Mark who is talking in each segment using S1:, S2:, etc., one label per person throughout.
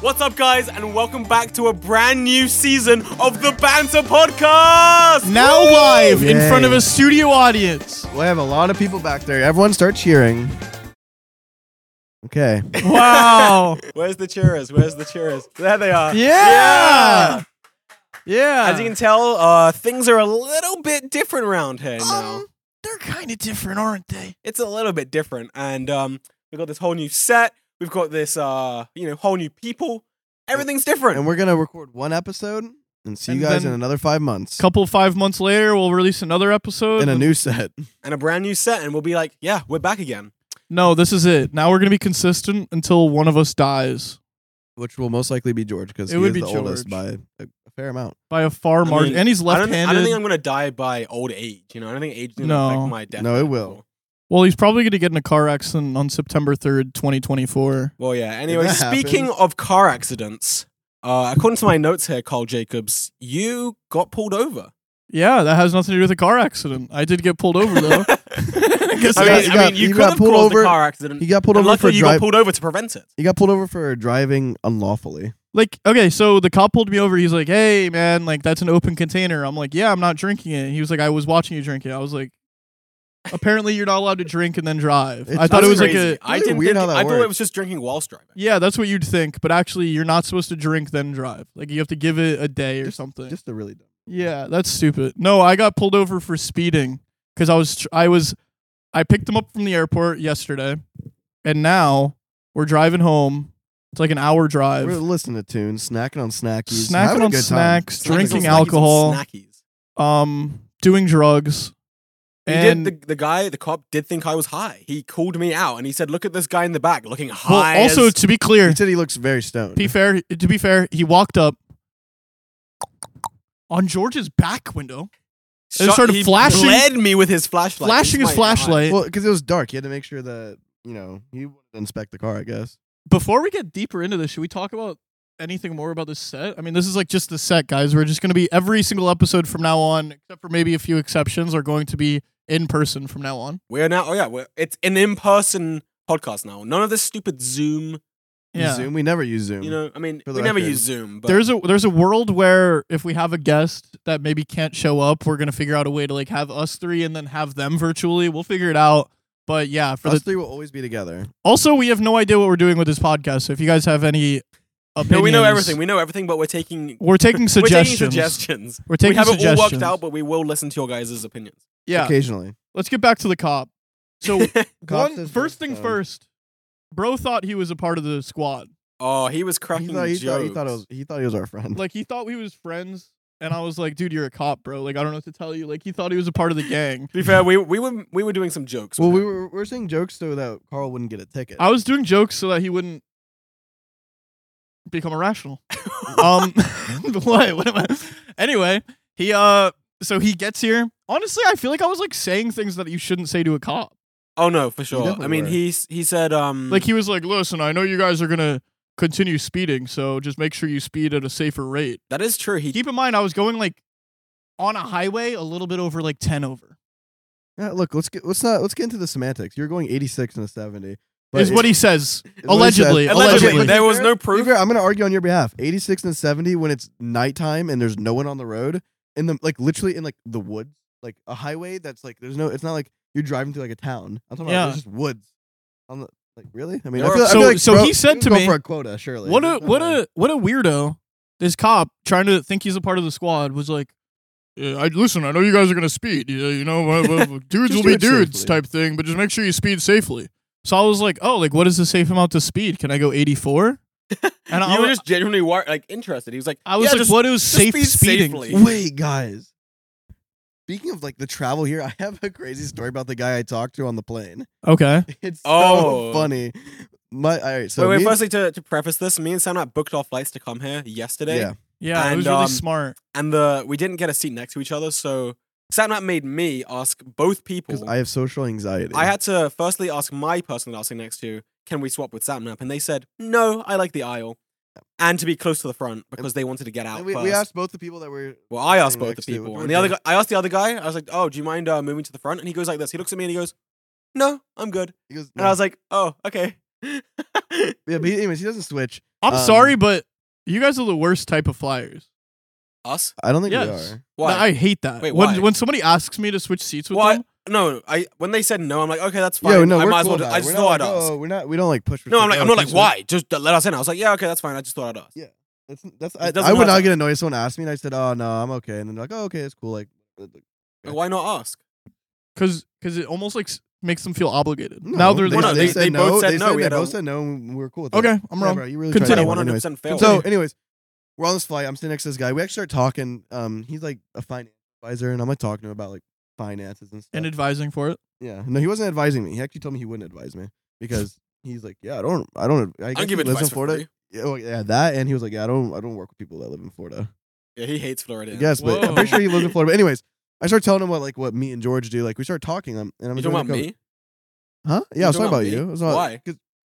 S1: What's up, guys, and welcome back to a brand new season of the Banter Podcast.
S2: Now live in
S3: Yay.
S2: front of a studio audience.
S3: We have a lot of people back there. Everyone start cheering. Okay.
S2: Wow.
S1: Where's the cheerers? Where's the cheerers? There they are.
S2: yeah. Yeah.
S1: As you can tell, uh, things are a little bit different around here now.
S2: Um, they're kind of different, aren't they?
S1: It's a little bit different, and um, we've got this whole new set. We've got this, uh, you know, whole new people. Everything's different.
S3: And we're gonna record one episode and see
S2: And
S3: you guys
S2: then-
S3: in another five months
S2: Couple five months later, we'll release another episode.
S3: in a new set.
S1: and a brand new set, and we'll be like, yeah, we're back again.
S2: no, this is it. Now we're gonna be consistent until one of us dies
S3: Which will most likely be George because
S2: It
S3: he
S2: would
S3: is
S2: be
S3: the oldest by
S2: George.
S3: a, a fair amount.
S2: by a far
S1: I
S2: margin,
S1: mean,
S2: and he's
S1: I don't,
S2: left-handed.
S1: I don't think I'm gonna die by old age. You know, I don't think age is gonna
S2: No.
S1: affect my death.
S3: No, it
S1: at
S3: will.
S1: all.
S2: well, he's probably gonna get in a car accident on September third, twenty twenty-four.
S1: Well, yeah. Anyway,
S3: that
S1: speaking
S3: happens-
S1: of car accidents, uh, according to my notes here, Carl Jacobs, you got pulled over.
S2: Yeah, that has nothing to do with a car accident. I did get pulled over though.
S1: I mean,
S2: Guess
S3: you got- you
S1: I
S3: got-
S1: mean, you,
S3: you
S1: could
S3: got
S1: have
S3: pulled
S1: caused
S3: over-
S1: a car
S2: Mm.
S1: accident.
S3: He got pulled
S1: and
S3: over for
S1: luckily, you got
S3: drive.
S1: pulled over to prevent it.
S3: he got pulled over for driving unlawfully.
S2: Like, okay, so the cop pulled me over. He's like, hey, man, like, that's an open container. I'm like, yeah, I'm not drinking it. He was like, I was watching you drink it. I was like, apparently you're not allowed to drink and then drive. I
S3: It's-
S2: thought
S1: That's
S2: it was
S1: crazy.
S2: like a,
S1: I
S3: Really
S1: didn't
S3: weird
S1: think-
S3: how that
S1: I thought it
S3: works.
S1: was just drinking whilst driving.
S2: yeah, that's what you'd think. But actually, you're not supposed to drink, then drive. Like, you have to give it a day or something.
S3: Just a really dumb.
S2: yeah, that's stupid. No, I got pulled over for speeding because I was, tr- I was, I picked him up from the airport yesterday. And now we're driving home. It's like an hour drive.
S3: We're listening to tunes, snacking on snackies,
S2: Snacking
S3: having a
S2: on
S3: good time.
S2: snacks,
S1: Snackies on
S2: drinking
S1: snackies on
S2: alcohol.
S1: Snackies.
S2: um doing drugs
S1: He
S2: and
S1: did, the, the guy, the cop, did think I was high. He called me out and he said, "Look at this guy in the back, looking
S2: well,
S1: high."
S2: also
S1: as-
S2: to be clear
S3: He said he looks very stoned.
S2: be fair to be fair he walked up on george's back window
S1: Shut-
S2: started
S1: he
S2: flashing-
S1: bled me with his flashlight,
S2: flashing
S1: into
S2: his
S1: my eye.
S2: flashlight
S3: well, because it was dark, he had to make sure that you know he would inspect the car. I guess.
S2: before we get deeper into this should we talk about anything more about this set i mean this is like just the set guys we're just going to be every single episode from now on except for maybe a few exceptions are going to be in person from now on
S1: We're now, oh yeah, we're, it's an in-person podcast now. None of this stupid Zoom.
S3: We
S2: yeah
S3: Zoom. We never use Zoom.
S1: You know, I mean,
S3: For
S1: we
S3: the
S1: never
S3: record.
S1: use Zoom, but
S2: there's a there's a world where if we have a guest that maybe can't show up, we're gonna figure out a way to like have us three and then have them virtually. We'll figure it out. But yeah, for
S3: Us
S2: the
S3: three will always be together.
S2: also we have no idea what we're doing with this podcast. So if you guys have any opinions,
S1: no, we know everything. We know everything, but we're taking we're
S2: We're taking
S1: taking
S2: suggestions.
S1: suggestions.
S2: We're taking
S1: we have it all
S2: suggestions.
S1: worked out, but we will listen to your guys' opinions.
S2: yeah,
S3: Occasionally.
S2: let's get back to the cop. So
S3: Cop
S2: one,
S3: says um,
S2: first thing
S3: so.
S2: first, bro thought he was a part of the squad.
S1: Oh, he was cracking
S3: He thought, he,
S1: jokes.
S3: thought, he thought it was he thought he was our friend.
S2: Like he thought we was friends, and I was like, dude, you're a cop, bro. Like I don't know what to tell you. Like he thought he was a part of the gang.
S1: to be fair, we we were we were doing some jokes.
S3: well,
S1: with
S3: we
S1: him.
S3: were we were saying jokes so that Carl wouldn't get a ticket.
S2: I was doing jokes so that he wouldn't become irrational. um, what? What am I? Anyway, he uh, so he gets here. Honestly, I feel like I was like saying things that you shouldn't say to a cop.
S1: Oh no, for sure.
S3: definitely
S1: I mean,
S3: were.
S1: he s- he said um
S2: Like he was like, "Listen, I know you guys are gonna continue speeding, so just make sure you speed at a safer rate."
S1: that is true. He
S2: Keep in mind, I was going like on a highway a little bit over like ten over.
S3: Yeah, Uh, look, let's get let's not let's get into the semantics. You're going 86 and a 70.
S2: is what he says.
S3: said.
S1: allegedly,
S2: allegedly- allegedly.
S1: there was no
S3: To be
S1: proof.
S3: fair, I'm going to argue on your behalf. 86 and a 70 when it's nighttime and there's no one on the road in the like literally in like the woods, like a highway that's like there's no. It's not like you're driving through like a town. I'm talking
S2: Yeah.
S3: about there's just woods. On the like really? I mean,
S1: There
S3: I
S1: are-
S3: feel, I
S2: So-
S3: feel like
S2: so
S3: bro-
S2: he said
S3: you
S2: to
S3: go
S2: me-
S3: for a quota, surely.
S2: What a
S3: There's no
S2: what
S1: Um,
S3: way.
S2: a what a weirdo! This cop trying to think he's a part of the squad was like, "Yeah, "I listen. I know you guys are gonna speed. You, you know, well, well, dudes
S3: Just
S2: will
S3: do
S2: be
S3: it
S2: dudes
S3: safely.
S2: type thing. But just make sure you speed safely." So I was like, "Oh, like what is the safe amount to speed? Can I go 84?" And I
S1: You were
S2: was,
S1: just genuinely war- like interested. He was like,
S2: I was
S1: yeah,
S2: like,
S1: just-
S2: "What is
S1: just
S2: safe
S1: speed
S2: speeding?"
S1: safely.
S3: Wait, guys. Speaking of like the travel here, I have a crazy story about the guy I talked to on the plane.
S2: Okay,
S3: It's so
S1: Oh.
S3: funny. My all right, so
S1: wait, wait.
S3: me and-
S1: Firstly, to, to preface this, me and Sam like, booked our flights to come here yesterday,
S3: yeah,
S2: yeah, it was
S1: And,
S2: really
S1: um,
S2: smart.
S1: and the we didn't get a seat next to each other, so Satnap made me ask both
S3: because
S1: people.
S3: I have social anxiety.
S1: I had to firstly ask my person that I was sitting next to, "Can we swap with Satnap?" And they said, "No, I like the aisle." And to be close to the front because they wanted to get out
S3: And we,
S1: first.
S3: we asked both the people that were
S1: well, I asked
S3: sitting
S1: both the
S3: next to,
S1: people,
S3: which
S1: and the other
S3: were-
S1: guy. I asked the other guy. I was like, "Oh, do you mind uh, moving to the front?" And he goes like this. He looks at me and he goes, "No, I'm good."
S3: he goes,
S1: And I was like, "Oh, okay."
S3: yeah, but he, anyways, he doesn't switch.
S2: I'm
S3: Um,
S2: sorry, but you guys are the worst type of flyers.
S1: Us?
S3: I don't think
S2: Yes.
S3: we are.
S1: Why?
S2: I hate that.
S1: Wait,
S2: when
S1: why?
S2: when somebody asks me to switch seats with
S1: Why?
S2: them,
S1: no, I when they said no, I'm like, okay, that's fine.
S3: Yeah, no,
S1: I
S3: we're
S1: might as well.
S3: cool
S1: ju-
S3: about
S1: I
S3: it.
S1: just
S3: We're not
S1: thought I'd
S3: like,
S1: ask.
S3: "Oh, we're not. We don't like push.
S1: No, I'm like,
S3: restrictions.
S1: I'm not
S3: Oh,
S1: like,
S3: please,
S1: why? Just let us in. I was like, yeah, okay, that's fine. I just thought I'd ask.
S3: Yeah. That's, that's
S1: It
S3: I,
S1: doesn't
S3: I would
S1: hurt.
S3: not get annoyed if someone asked me and I said, "Oh no, I'm okay," and then they're like, "Oh okay, it's cool." Like,
S1: Like, why not ask?
S2: because because it almost like s- makes them feel obligated.
S3: no,
S2: now they're
S1: they-
S2: like,
S1: no, they-
S3: said
S1: they both
S3: no,
S1: said
S3: they
S1: no, we
S3: They
S1: had a-
S3: both said no. and we were cool. With it.
S2: okay, I'm
S3: Yeah,
S2: wrong.
S3: bro, you really
S1: But I
S2: Continue.
S3: tried
S2: Continue.
S3: that one.
S1: 100
S3: Anyways.
S1: percent failed.
S3: So,
S2: Continue.
S3: anyways, we're on this flight. I'm sitting next to this guy. We actually start talking. Um, he's like a finance advisor, and I'm like talking to him about like finances and stuff.
S2: and advising for it.
S3: yeah, no, he wasn't advising me. He actually told me he wouldn't advise me because he's like, yeah, I don't, I don't, I,
S1: I
S3: guess
S1: will give
S3: he lives
S1: advice
S3: in
S1: for
S3: Florida.
S1: free.
S3: Yeah, oh, yeah, that, and he was like, yeah, I don't, I don't work with people that live in Florida.
S1: Yeah, he hates Florida.
S3: I guess, but I'm pretty
S2: Whoa.
S3: sure he lives in Florida. But anyways, I start telling him what like what me and George do. Like we start talking, um, and I'm
S1: You talking about
S3: enjoying the
S1: me?
S3: conver- Huh? Yeah,
S1: You
S3: I was
S1: talking
S3: talking about
S1: about
S3: you.
S1: me?
S3: I was talking-
S1: Why?
S3: 'cause-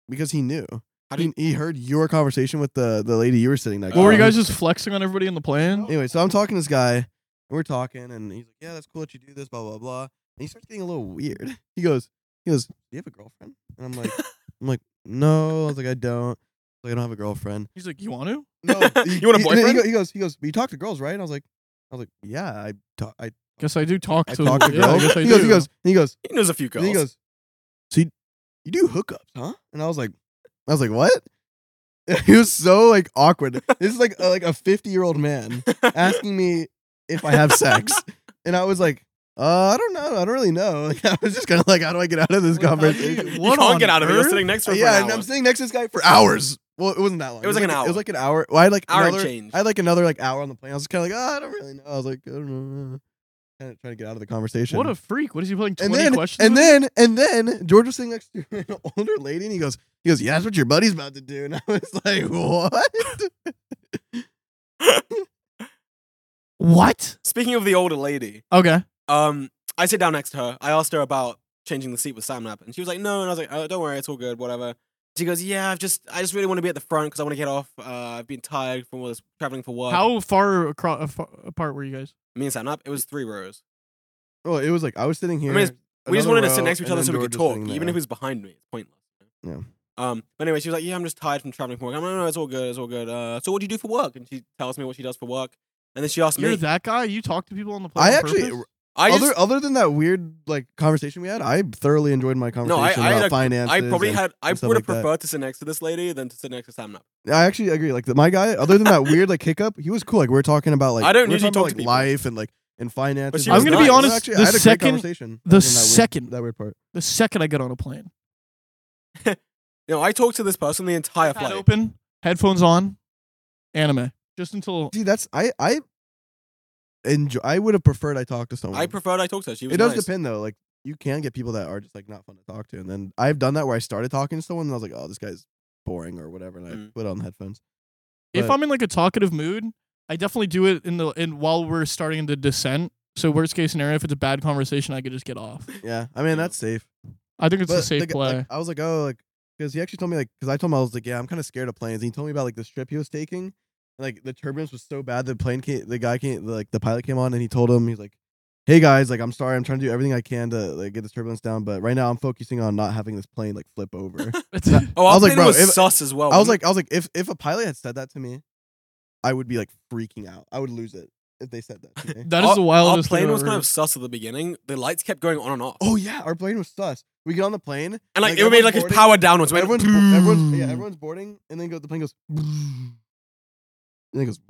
S3: Because he knew.
S1: How do Oh,
S3: He,
S1: you?
S3: he heard your conversation with the the lady you were sitting next.
S2: Well, were
S3: to.
S2: you guys just flexing on everybody in the
S1: Oh.
S2: plane?
S3: Anyway, so I'm talking to this guy, and we're talking, and he's like, "Yeah, that's cool that you do this, blah blah blah." And he starts getting a little weird. He goes, "He goes, do you have a girlfriend?" And I'm like, "I'm like, no." I was like, "I don't." Like, I don't have a girlfriend.
S2: He's like, you want to?
S3: No,
S1: You want a
S3: he- and then He,
S1: boyfriend?
S3: go- he goes, he goes. You talk to girls, right? And I was like, I was like, yeah, I talk, I,
S2: Guess I do talk
S3: I
S2: to.
S3: talk to
S2: yeah, I
S3: girls.
S2: guess I
S3: he goes,
S2: do.
S3: he goes, he goes,
S1: He knows a few girls.
S3: and he goes, so you, you do hookups, huh? And I was like, I was like, what? He was so like awkward. This is like a, like a fifty year old man asking me if I have sex, and I was like, uh, I don't know, I don't really know. Like, I was just kind of like, how do I get out of this
S2: Like, how do
S3: conversation?
S2: you-
S1: you
S2: what
S1: can't
S2: on
S1: get out of it. You're
S2: earth?
S1: sitting next to
S3: Uh,
S1: him. for
S3: yeah,
S1: an
S3: and I'm
S1: hour.
S3: sitting next to this guy for hours. Well, it wasn't that long.
S1: It was like an
S3: It
S1: hour.
S3: was like an hour. Well, I had like
S1: Hour and
S3: another,
S1: change.
S3: I had like another like hour on the plane. I was kind of like, oh, I don't really know. I was like, I don't know. Kind of trying to get out of the conversation.
S2: What a freak! What is he playing? Twenty
S3: and then
S2: questions.
S3: and
S2: with?
S3: then and then George was sitting next to an older lady, and he goes, he goes, yeah, that's what your buddy's about to do. And I was like, what?
S2: what?
S1: Speaking of the older lady,
S2: Okay.
S1: um, I sit down next to her. I asked her about changing the seat with Samnap, and she was like, "No," and I was like, "Oh, don't worry, it's all good, whatever." She goes, "Yeah, I've just, I just really want to be at the front because I want to get off. Uh, I've been tired from all this traveling for work."
S2: How far across apart were you guys?
S1: Me and Samnap, it was three rows.
S3: Oh, it was like I was sitting here.
S1: mean, it's- We just
S3: another
S1: wanted to sit
S3: row,
S1: next to each
S3: and
S1: other
S3: then
S1: so we could
S3: George was
S1: talk,
S3: sitting
S1: even
S3: there.
S1: if it was behind me. It's pointless.
S3: Yeah.
S1: Um. But anyway, she was like, "Yeah, I'm just tired from traveling from work." I'm like, "No, no, it's all good. It's all good." Uh. So what do you do for work? And she tells me what she does for work, and then she asked
S2: You're
S1: me,
S2: that guy. You talk to people on the plane.
S3: I
S2: on
S3: actually,
S2: purpose?
S1: "I
S3: other
S1: just,
S3: other than that weird like conversation we had, I thoroughly enjoyed my conversation
S1: I had
S3: about
S1: a-
S3: finances.
S1: I probably
S3: and-
S1: had, I
S3: stuff
S1: would have
S3: like that.
S1: preferred to sit next to this lady than to sit next to Samnap."
S3: I actually agree. Like the, my guy, other than that weird like hiccup, he was cool. Like we are talking about like
S1: I don't
S3: we were
S1: usually
S3: talking
S1: talk
S3: about,
S1: to
S3: like
S1: people.
S3: life and like and finances.
S1: she was
S3: and
S1: gonna be
S3: stuff.
S1: honest,
S3: Actually,
S2: the
S3: I had a great
S2: second-
S3: conversation,
S2: the
S3: other than that weird-
S2: second-
S3: that weird part.
S2: the second I get on a plane,
S1: No, I talked to this person the entire
S2: Head
S1: flight.
S2: open, headphones on, anime, just until
S3: See, that's I I enjoy. I would have preferred I talked to someone.
S1: I preferred I talked to her. She was
S3: it does
S1: nice.
S3: depend though. Like you can get people that are just like not fun to talk to, and then I've done that where I started talking to someone and I was like, oh, this guy's boring or whatever, and I
S1: Mm.
S3: put on headphones.
S2: if
S3: But-
S2: I'm in like a talkative mood, I definitely do it in the in while we're starting the descent. So worst case scenario, if it's a bad conversation, I could just get off.
S3: Yeah, I mean
S1: Yeah.
S3: that's safe.
S2: I think it's a
S3: But
S2: safe
S3: the gu-
S2: play.
S3: like, I was like, oh, like because he actually told me like because I told him I was like, yeah, I'm kind of scared of planes. And he told me about like this trip he was taking, and, like the turbulence was so bad the plane came, the guy came, the, like the pilot came on and he told him he's like, hey guys, like I'm sorry, I'm trying to do everything I can to like get this turbulence down, but right now I'm focusing on not having this plane like flip over.
S2: It's-
S3: that-
S1: Oh,
S3: I
S1: I
S3: was
S1: was
S3: like, bro,
S1: was
S3: if-
S1: sus as well.
S3: I was
S1: wasn't
S3: like, I was like, if if a pilot had said that to me, I would be like freaking out. I would lose it if they said that to me.
S2: that is
S1: Our-
S2: the
S1: it? our
S2: wildest
S1: plane
S2: thing.
S1: was
S2: I've
S1: kind
S2: ever
S1: of sus at the beginning. The lights kept going on and off,
S3: oh yeah, our plane was sus. We get on the plane
S1: and like,
S3: like,
S1: it would be like
S3: everyone's
S1: it's
S3: boarding-
S1: powered downwards. It went
S3: everyone's,
S1: boom.
S3: everyone's, yeah, everyone's boarding, and then go, the plane goes, and then it goes.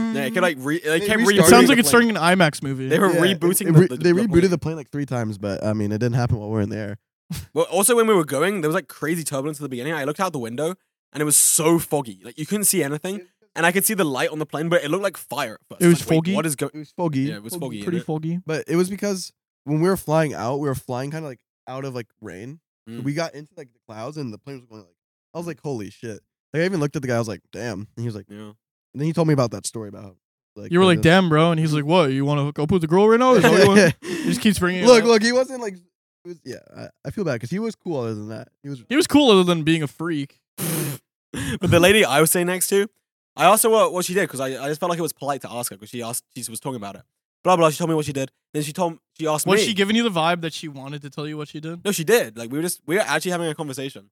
S1: Yeah, it could like re- they
S3: They
S1: kept
S2: heard. it
S3: restarted
S1: rebooting
S2: sounds
S1: the
S2: like it's
S1: plane.
S2: starting an IMAX movie.
S1: They were
S3: Yeah, it-
S1: rebooting.
S3: it
S1: the-
S3: re-
S1: the-
S3: they
S1: the
S3: rebooted
S1: plane.
S3: the plane like three times, but I mean, it didn't happen while we were in there.
S1: Well, also when we were going, there was like crazy turbulence at the beginning. I looked out the window and it was so foggy, like you couldn't see anything, and I could see the light on the plane, but it looked like fire at first.
S2: It was
S1: Like, wait,
S2: foggy?
S1: What is going?
S3: It was foggy.
S1: Yeah, it was foggy.
S2: pretty
S1: in it.
S2: foggy.
S3: but it was because when we were flying out, we were flying kind of like out of like rain.
S1: Mm.
S3: We got into like the clouds, and the plane was going like. I was like, holy shit! Like I even looked at the guy. I was like, damn. And he was like,
S1: Yeah.
S3: and then he told me about that story about like
S2: You were like,
S3: the-
S2: "Damn, bro," and he's like, "What? You want to hook up with the girl right now?" Is that what you want? He just keeps bringing. it
S3: look,
S2: up.
S3: look, he wasn't like, he was, yeah, I, I feel bad because he was cool other than that. He was,
S2: He was cool other than being a freak.
S1: but the lady I was sitting next to, I asked her what, what she did because I, I just felt like it was polite to ask her because she asked she was talking about it. Blah blah. She told me what she did. Then she told she asked
S2: Was
S1: me.
S2: she giving you the vibe that she wanted to tell you what she did?
S1: no, she did. Like we were just we were actually having a conversation,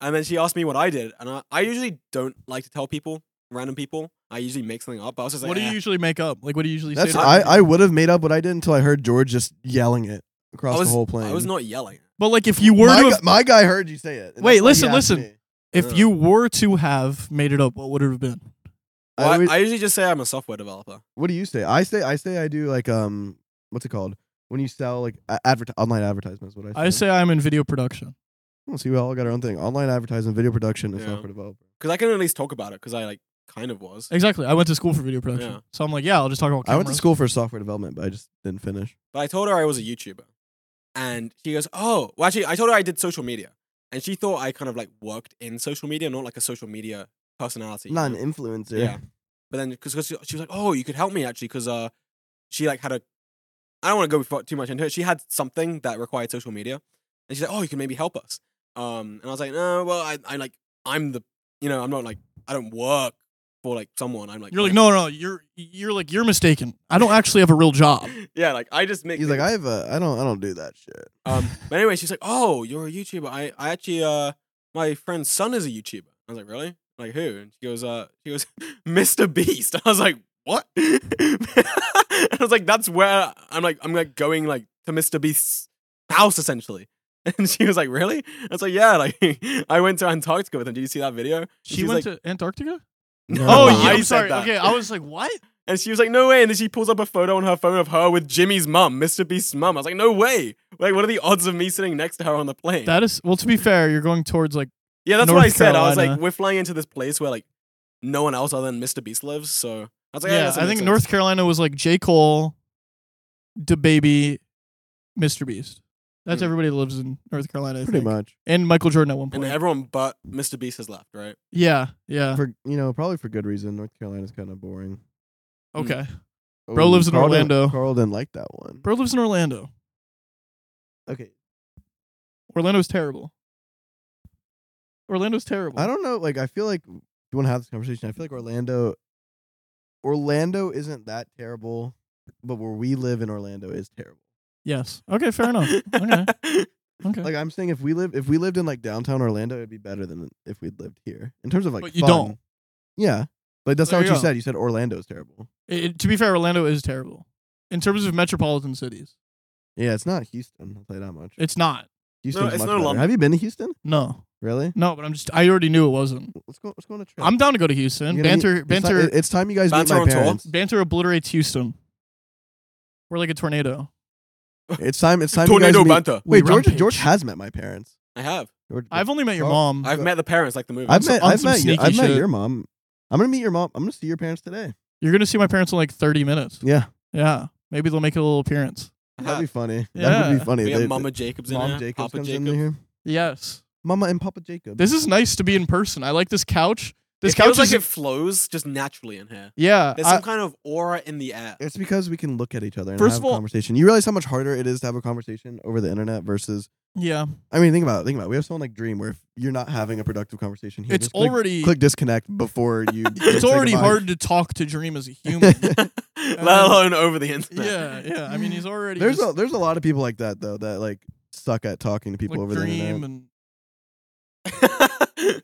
S1: And then she asked me what I did, and I, I usually don't like to tell people, random people. I usually make something up. But I was just like,
S2: what do you
S1: "Eh."
S2: usually make up? Like, what do you usually
S3: That's
S2: say? to
S3: I,
S2: people?
S3: I would have made up what I did until I heard George just yelling it across
S1: I was,
S3: the whole plane.
S1: "Eh." I was not yelling.
S2: But like, if you were
S3: my,
S2: to,
S3: gu-
S2: have,
S3: my guy heard you say it. and
S2: Wait,
S3: that's why he
S2: listen,
S3: asked
S2: listen.
S3: me.
S2: if you were to have made it up, what would it have been?
S3: I
S1: Well, I,
S3: would-
S1: I usually just say I'm a software developer.
S3: what do you say? I say I say I do like um what's it called when you sell like a- advert- online advertisements. What I say?
S2: I say I'm in video production.
S3: Oh, see, we all got our own thing: online advertising, video production, and
S1: Yeah.
S3: software developer.
S1: Because I can at least talk about it because I like kind of was.
S2: Exactly. I went to school for video production,
S1: Yeah.
S2: so I'm like, yeah, I'll just talk about.
S3: I went to
S2: cameras.
S3: school for software development, but I just didn't finish.
S1: But I told her I was a YouTuber. And she goes, Oh, well, actually, I told her I did social media. And she thought I kind of like worked in social media, not like a social media personality. you
S3: Not
S1: know?
S3: an influencer.
S1: Yeah. But then, because she she was like, Oh, you could help me actually. Because uh, she like had a, I don't want to go fu- too much into it. She had something that required social media. And she's like, Oh, you can maybe help us. Um, and I was like, No, well, I, I like, I'm the, you know, I'm not like, I don't work for like someone. I'm like,
S2: You're like, no, no, you're you're like you're mistaken. I don't actually have a real job.
S1: Yeah, like I just make.
S3: He's like,
S1: things."
S3: I have a, I don't, I don't do that shit.
S1: Um, but anyway, she's like, "Oh, you're a YouTuber. I, I actually, uh, my friend's son is a YouTuber." I was like, "Really? Like who?" And she goes, "Uh, she goes, Mr. Beast." I was like, "What?" and I was like, "That's where I'm like, I'm like going like to Mr. Beast's house essentially." And she was like, "Really?" I was like, "Yeah." Like I went to Antarctica with him. Did you see that video?
S2: She
S1: She's
S2: went
S1: like-
S2: to Antarctica.
S3: No.
S1: I
S2: Oh, yeah.
S1: said
S2: I'm sorry.
S1: that.
S2: Okay, I was like, what?
S1: And she was like, "No way!" And then she pulls up a photo on her phone of her with Jimmy's mum, Mr. Beast's mum. I was like, "No way!" Like, what are the odds of me sitting next to her on the plane?
S2: That is well. To be fair, you're going towards like
S1: Yeah, that's what I
S2: North
S1: said. I was like,
S2: Carolina.
S1: we're flying into this place where like no one else other than Mr. Beast lives. So I was like, yeah,
S2: yeah.
S1: guess that
S2: I
S1: makes
S2: think
S1: sense.
S2: North Carolina was like J Cole, the baby, Mr. Beast. That's
S1: Hmm.
S2: everybody that lives in North Carolina. I
S3: pretty
S2: think.
S3: much
S2: And Michael Jordan at one
S1: And
S2: point.
S1: everyone but Mr. Beast has left, right?
S2: yeah. Yeah.
S3: for you know probably for good reason. North Carolina's kind of boring.
S2: Okay.
S3: Oh,
S2: Bro lives in
S3: Carl didn't-
S2: Orlando.
S3: Carl didn't like that one.
S2: Bro lives in Orlando.
S3: Okay,
S2: Orlando's terrible. Orlando's terrible.
S3: I don't know. Like, I feel like you want to have this conversation. I feel like Orlando, Orlando isn't that terrible, but where we live in Orlando is terrible.
S2: Yes. Okay. Fair enough. Okay. Okay.
S3: Like, I'm saying, if we live, if we lived in like downtown Orlando, it'd be better than if we'd lived here in terms of like.
S2: But you
S3: fun.
S2: don't.
S3: Yeah, but that's
S2: There
S3: not what
S2: you
S3: you
S2: go.
S3: said. You said Orlando's terrible.
S2: It- it- to be fair, Orlando is terrible in terms of metropolitan cities.
S3: Yeah, it's not Houston. I'll tell you that much.
S2: It's not.
S3: Houston's
S1: it's
S3: much
S1: no
S3: better.
S1: lump.
S3: Have you been to Houston?
S2: No.
S3: Really?
S2: No. But I'm just. I already knew it wasn't.
S3: Let's go. Let's go on a trip.
S2: I'm down to go to
S3: You
S2: Houston.
S3: gotta meet-
S2: Banter.
S3: it's
S2: banter.
S3: ti- It's time you guys meet
S1: Banter
S3: my
S1: on tour?
S3: parents.
S2: Banter obliterates Houston. We're like a tornado.
S3: It's time. It's time.
S1: Tornado
S3: you guys meet.
S1: banter.
S2: We
S3: Wait, George.
S2: rampage.
S3: George has met my parents.
S1: I have.
S3: George,
S2: I've only met your
S3: Oh,
S2: mom.
S1: I've met the parents like the movie.
S3: I've
S2: some-
S3: met,
S2: on
S3: I've,
S2: some
S3: met your,
S2: sneaky
S3: I've met
S2: shit.
S3: your mom. I'm gonna meet your mom. I'm gonna see your parents today.
S2: You're gonna see my parents in like 30 minutes.
S3: Yeah,
S2: Yeah. Maybe they'll make a little appearance.
S1: I
S3: that'd be
S1: have.
S3: funny. That would
S2: Yeah.
S3: be funny.
S1: We
S3: They-
S1: have Mama Jacobs in
S3: Mom
S1: there,
S3: Jacobs
S1: Papa
S3: comes
S1: Jacobs.
S3: in here.
S2: Yes.
S3: Mama and Papa Jacob.
S2: This is nice to be in person. I like this couch. This
S1: it
S2: couch
S1: feels
S2: is
S1: like it flows just naturally in here.
S2: yeah.
S1: There's
S2: I-
S1: some kind of aura in the air.
S3: it's because we can look at each other and
S2: First
S3: have
S2: of all-
S3: a conversation. You realize how much harder it is to have a conversation over the internet versus.
S2: yeah.
S3: I mean, think about it. Think about it. We have someone like Dream, where if you're not having a productive conversation, here,
S2: It's
S3: just click-
S2: already
S3: click, disconnect before you.
S2: it's
S3: say
S2: already
S3: goodbye.
S2: hard to talk to Dream as a human.
S1: Let alone over the internet.
S2: Um, yeah. Yeah. I mean, he's already
S3: There's
S2: just,
S3: a there's a lot of people like that though that like suck at talking to people
S2: like,
S3: over the internet.
S2: Dream and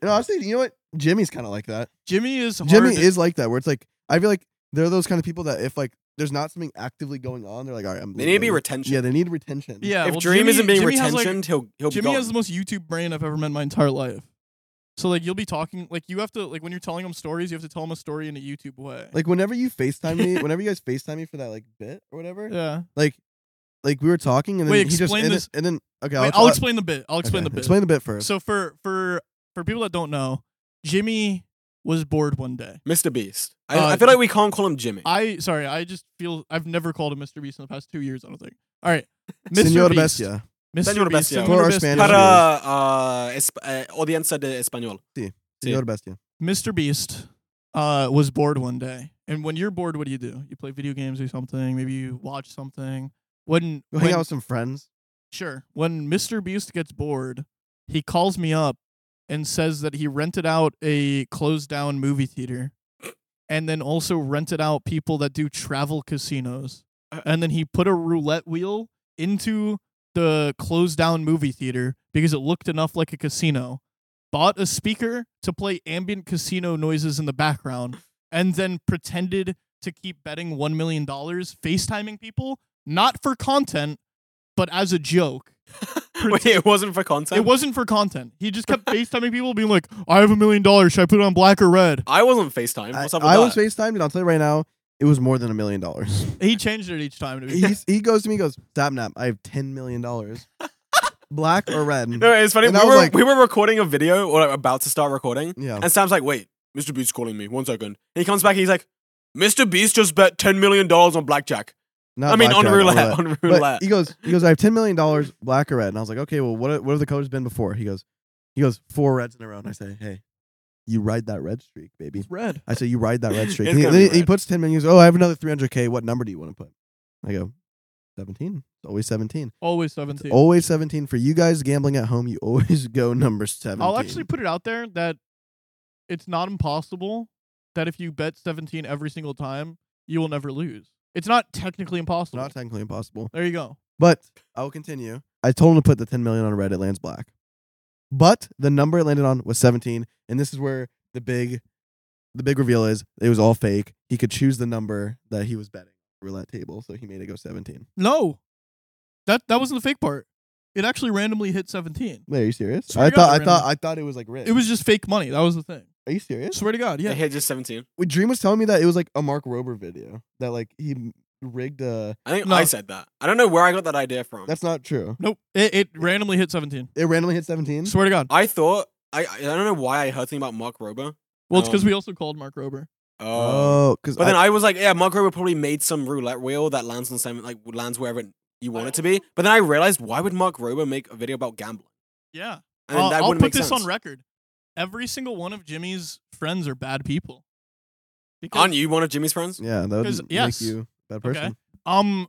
S3: and honestly, you know what? Jimmy's kind of like that.
S2: Jimmy is hard
S3: Jimmy
S2: to-
S3: is like that, where it's like I feel like they're those kind of people that if like there's not something actively going on, they're like, all right, I'm.
S1: They need to be
S3: leaving."
S1: retention.
S3: Yeah, they need retention.
S2: yeah.
S1: if
S2: well,
S1: Dream
S2: Jimmy-
S1: isn't being
S2: Jimmy
S1: retentioned,
S2: has, like,
S1: he'll he'll be
S2: Jimmy
S1: gone.
S2: has the most YouTube brain I've ever met in my entire life. So like you'll be talking like you have to like when you're telling him stories you have to tell him a story in a YouTube way.
S3: Like whenever you Facetime me, whenever you guys Facetime me for that like bit or whatever,
S2: yeah.
S3: like, like we were talking and then
S2: Wait,
S3: he just
S2: explain
S3: and,
S2: this-
S3: Then, and then okay,
S2: Wait, I'll
S3: I'll, I'll-
S2: explain the bit. I'll explain the
S3: okay,
S2: bit.
S3: Explain the bit first.
S2: So for for for people that don't know, Jimmy was bored one day.
S1: Mr. Beast. I,
S2: Uh,
S1: I feel like we can't call him Jimmy.
S2: I sorry, I just feel I've never called him Mr. Beast in the past two years. I don't think. All right, Mr.
S3: Senor
S2: Beast,
S3: Bestia.
S2: Mr.
S1: Senor
S2: Beast,
S1: Bestia.
S2: Senor
S3: For our
S2: Bestia.
S3: Spanish viewers.
S1: Para uh, es- uh, audiencia de español. Sí.
S3: Senor Bestia.
S2: Mr. Beast uh, was bored one day, and when you're bored, what do you do? You play video games or something. Maybe you watch something. When,
S3: Go
S2: when
S3: hang out with some friends.
S2: Sure. When Mr. Beast gets bored, he calls me up and says that he rented out a closed down movie theater and then also rented out people that do travel casinos. And then he put a roulette wheel into the closed down movie theater because it looked enough like a casino. bought a speaker to play ambient casino noises in the background, and then pretended to keep betting $1 million, FaceTiming people, not for content, but as a joke.
S1: Wait, it wasn't for content.
S2: It wasn't for content. He just kept FaceTiming people, being like, I have a million dollars. Should I put it on black or red?
S1: I wasn't FaceTime.
S3: I,
S1: What's up with
S3: I
S1: that?
S3: was FaceTimed, and I'll tell you right now, it was more than a million dollars.
S2: He changed it each time. To be-
S3: He's- He goes to me, he goes, Sapnap, I have ten million dollars. Black or red?
S1: no, it's funny.
S3: and
S1: We
S3: I was
S1: were,
S3: like-
S1: we were recording a video or like, about to start recording,
S3: Yeah.
S1: and Sam's like, "Wait, Mr. Beast's calling me. One second. And he comes back. and He's like, "Mr. Beast just bet ten million dollars on blackjack.
S3: Not
S1: I mean, on
S3: blackjack,
S1: roulette. On
S3: But
S1: roulette.
S3: he goes, he goes, I have ten million dollars, black or red. And I was like, okay, well, what what have the colors been before? He goes, he goes, four reds in a row. And I say, hey, you ride that red streak, baby.
S2: red.
S3: I say, you ride that red streak.
S1: It's
S3: And he,
S1: gonna be
S3: then he
S1: red.
S3: puts ten million. He goes, oh, I have another three hundred k. What number do you want to put? I go, seventeen. It's always seventeen.
S2: Always 17.
S3: Always seventeen for you guys gambling at home. You always go number seventeen.
S2: I'll actually put it out there that it's not impossible that if you bet 17 every single time, you will never lose. It's not technically impossible.
S3: not technically impossible.
S2: there you go.
S3: But I will continue. I told him to put the 10 million on red. It lands black. But the number it landed on was 17, and this is where the big, the big reveal is. It was all fake. He could choose the number that he was betting roulette table, so he made it go 17.
S2: No. That that wasn't the fake part. It actually randomly hit 17.
S3: Wait, are you serious?
S2: Swear
S3: I
S2: to God,
S3: thought I
S2: Brandon.
S3: thought I thought it was like red.
S2: It was just fake money. That was the thing.
S3: Are you serious?
S2: Swear to God,
S1: Yeah,
S2: yeah.
S1: hit just seventeen.
S3: Wait, Dream was telling me that it was like a Mark Rober video that like he m- rigged a.
S1: I think
S2: No.
S1: I said that. I don't know where I got that idea from.
S3: That's not true.
S2: Nope. It, it randomly hit 17.
S1: Mm-hmm.
S3: It randomly hit 17.
S2: Swear to God.
S1: I thought I I don't know why I heard something about Mark Rober.
S2: Well, it's because
S1: Um,
S2: we also called Mark Rober.
S1: Oh.
S3: Oh, because
S1: But then I was like, yeah, Mark Rober probably made some roulette wheel that lands on seven, like lands wherever it- you want it to be. But then I realized why would Mark Rober make a video about gambling?
S2: Yeah.
S1: And then
S2: I'll,
S1: that
S2: I'll
S1: wouldn't make
S2: put this
S1: sense.
S2: on record. Every single one of Jimmy's friends are bad people. Because
S1: Aren't you one of Jimmy's friends?
S3: yeah, that would
S2: 'Cause-
S3: make
S2: yes.
S3: you a bad
S2: Okay.
S3: person.
S2: Um,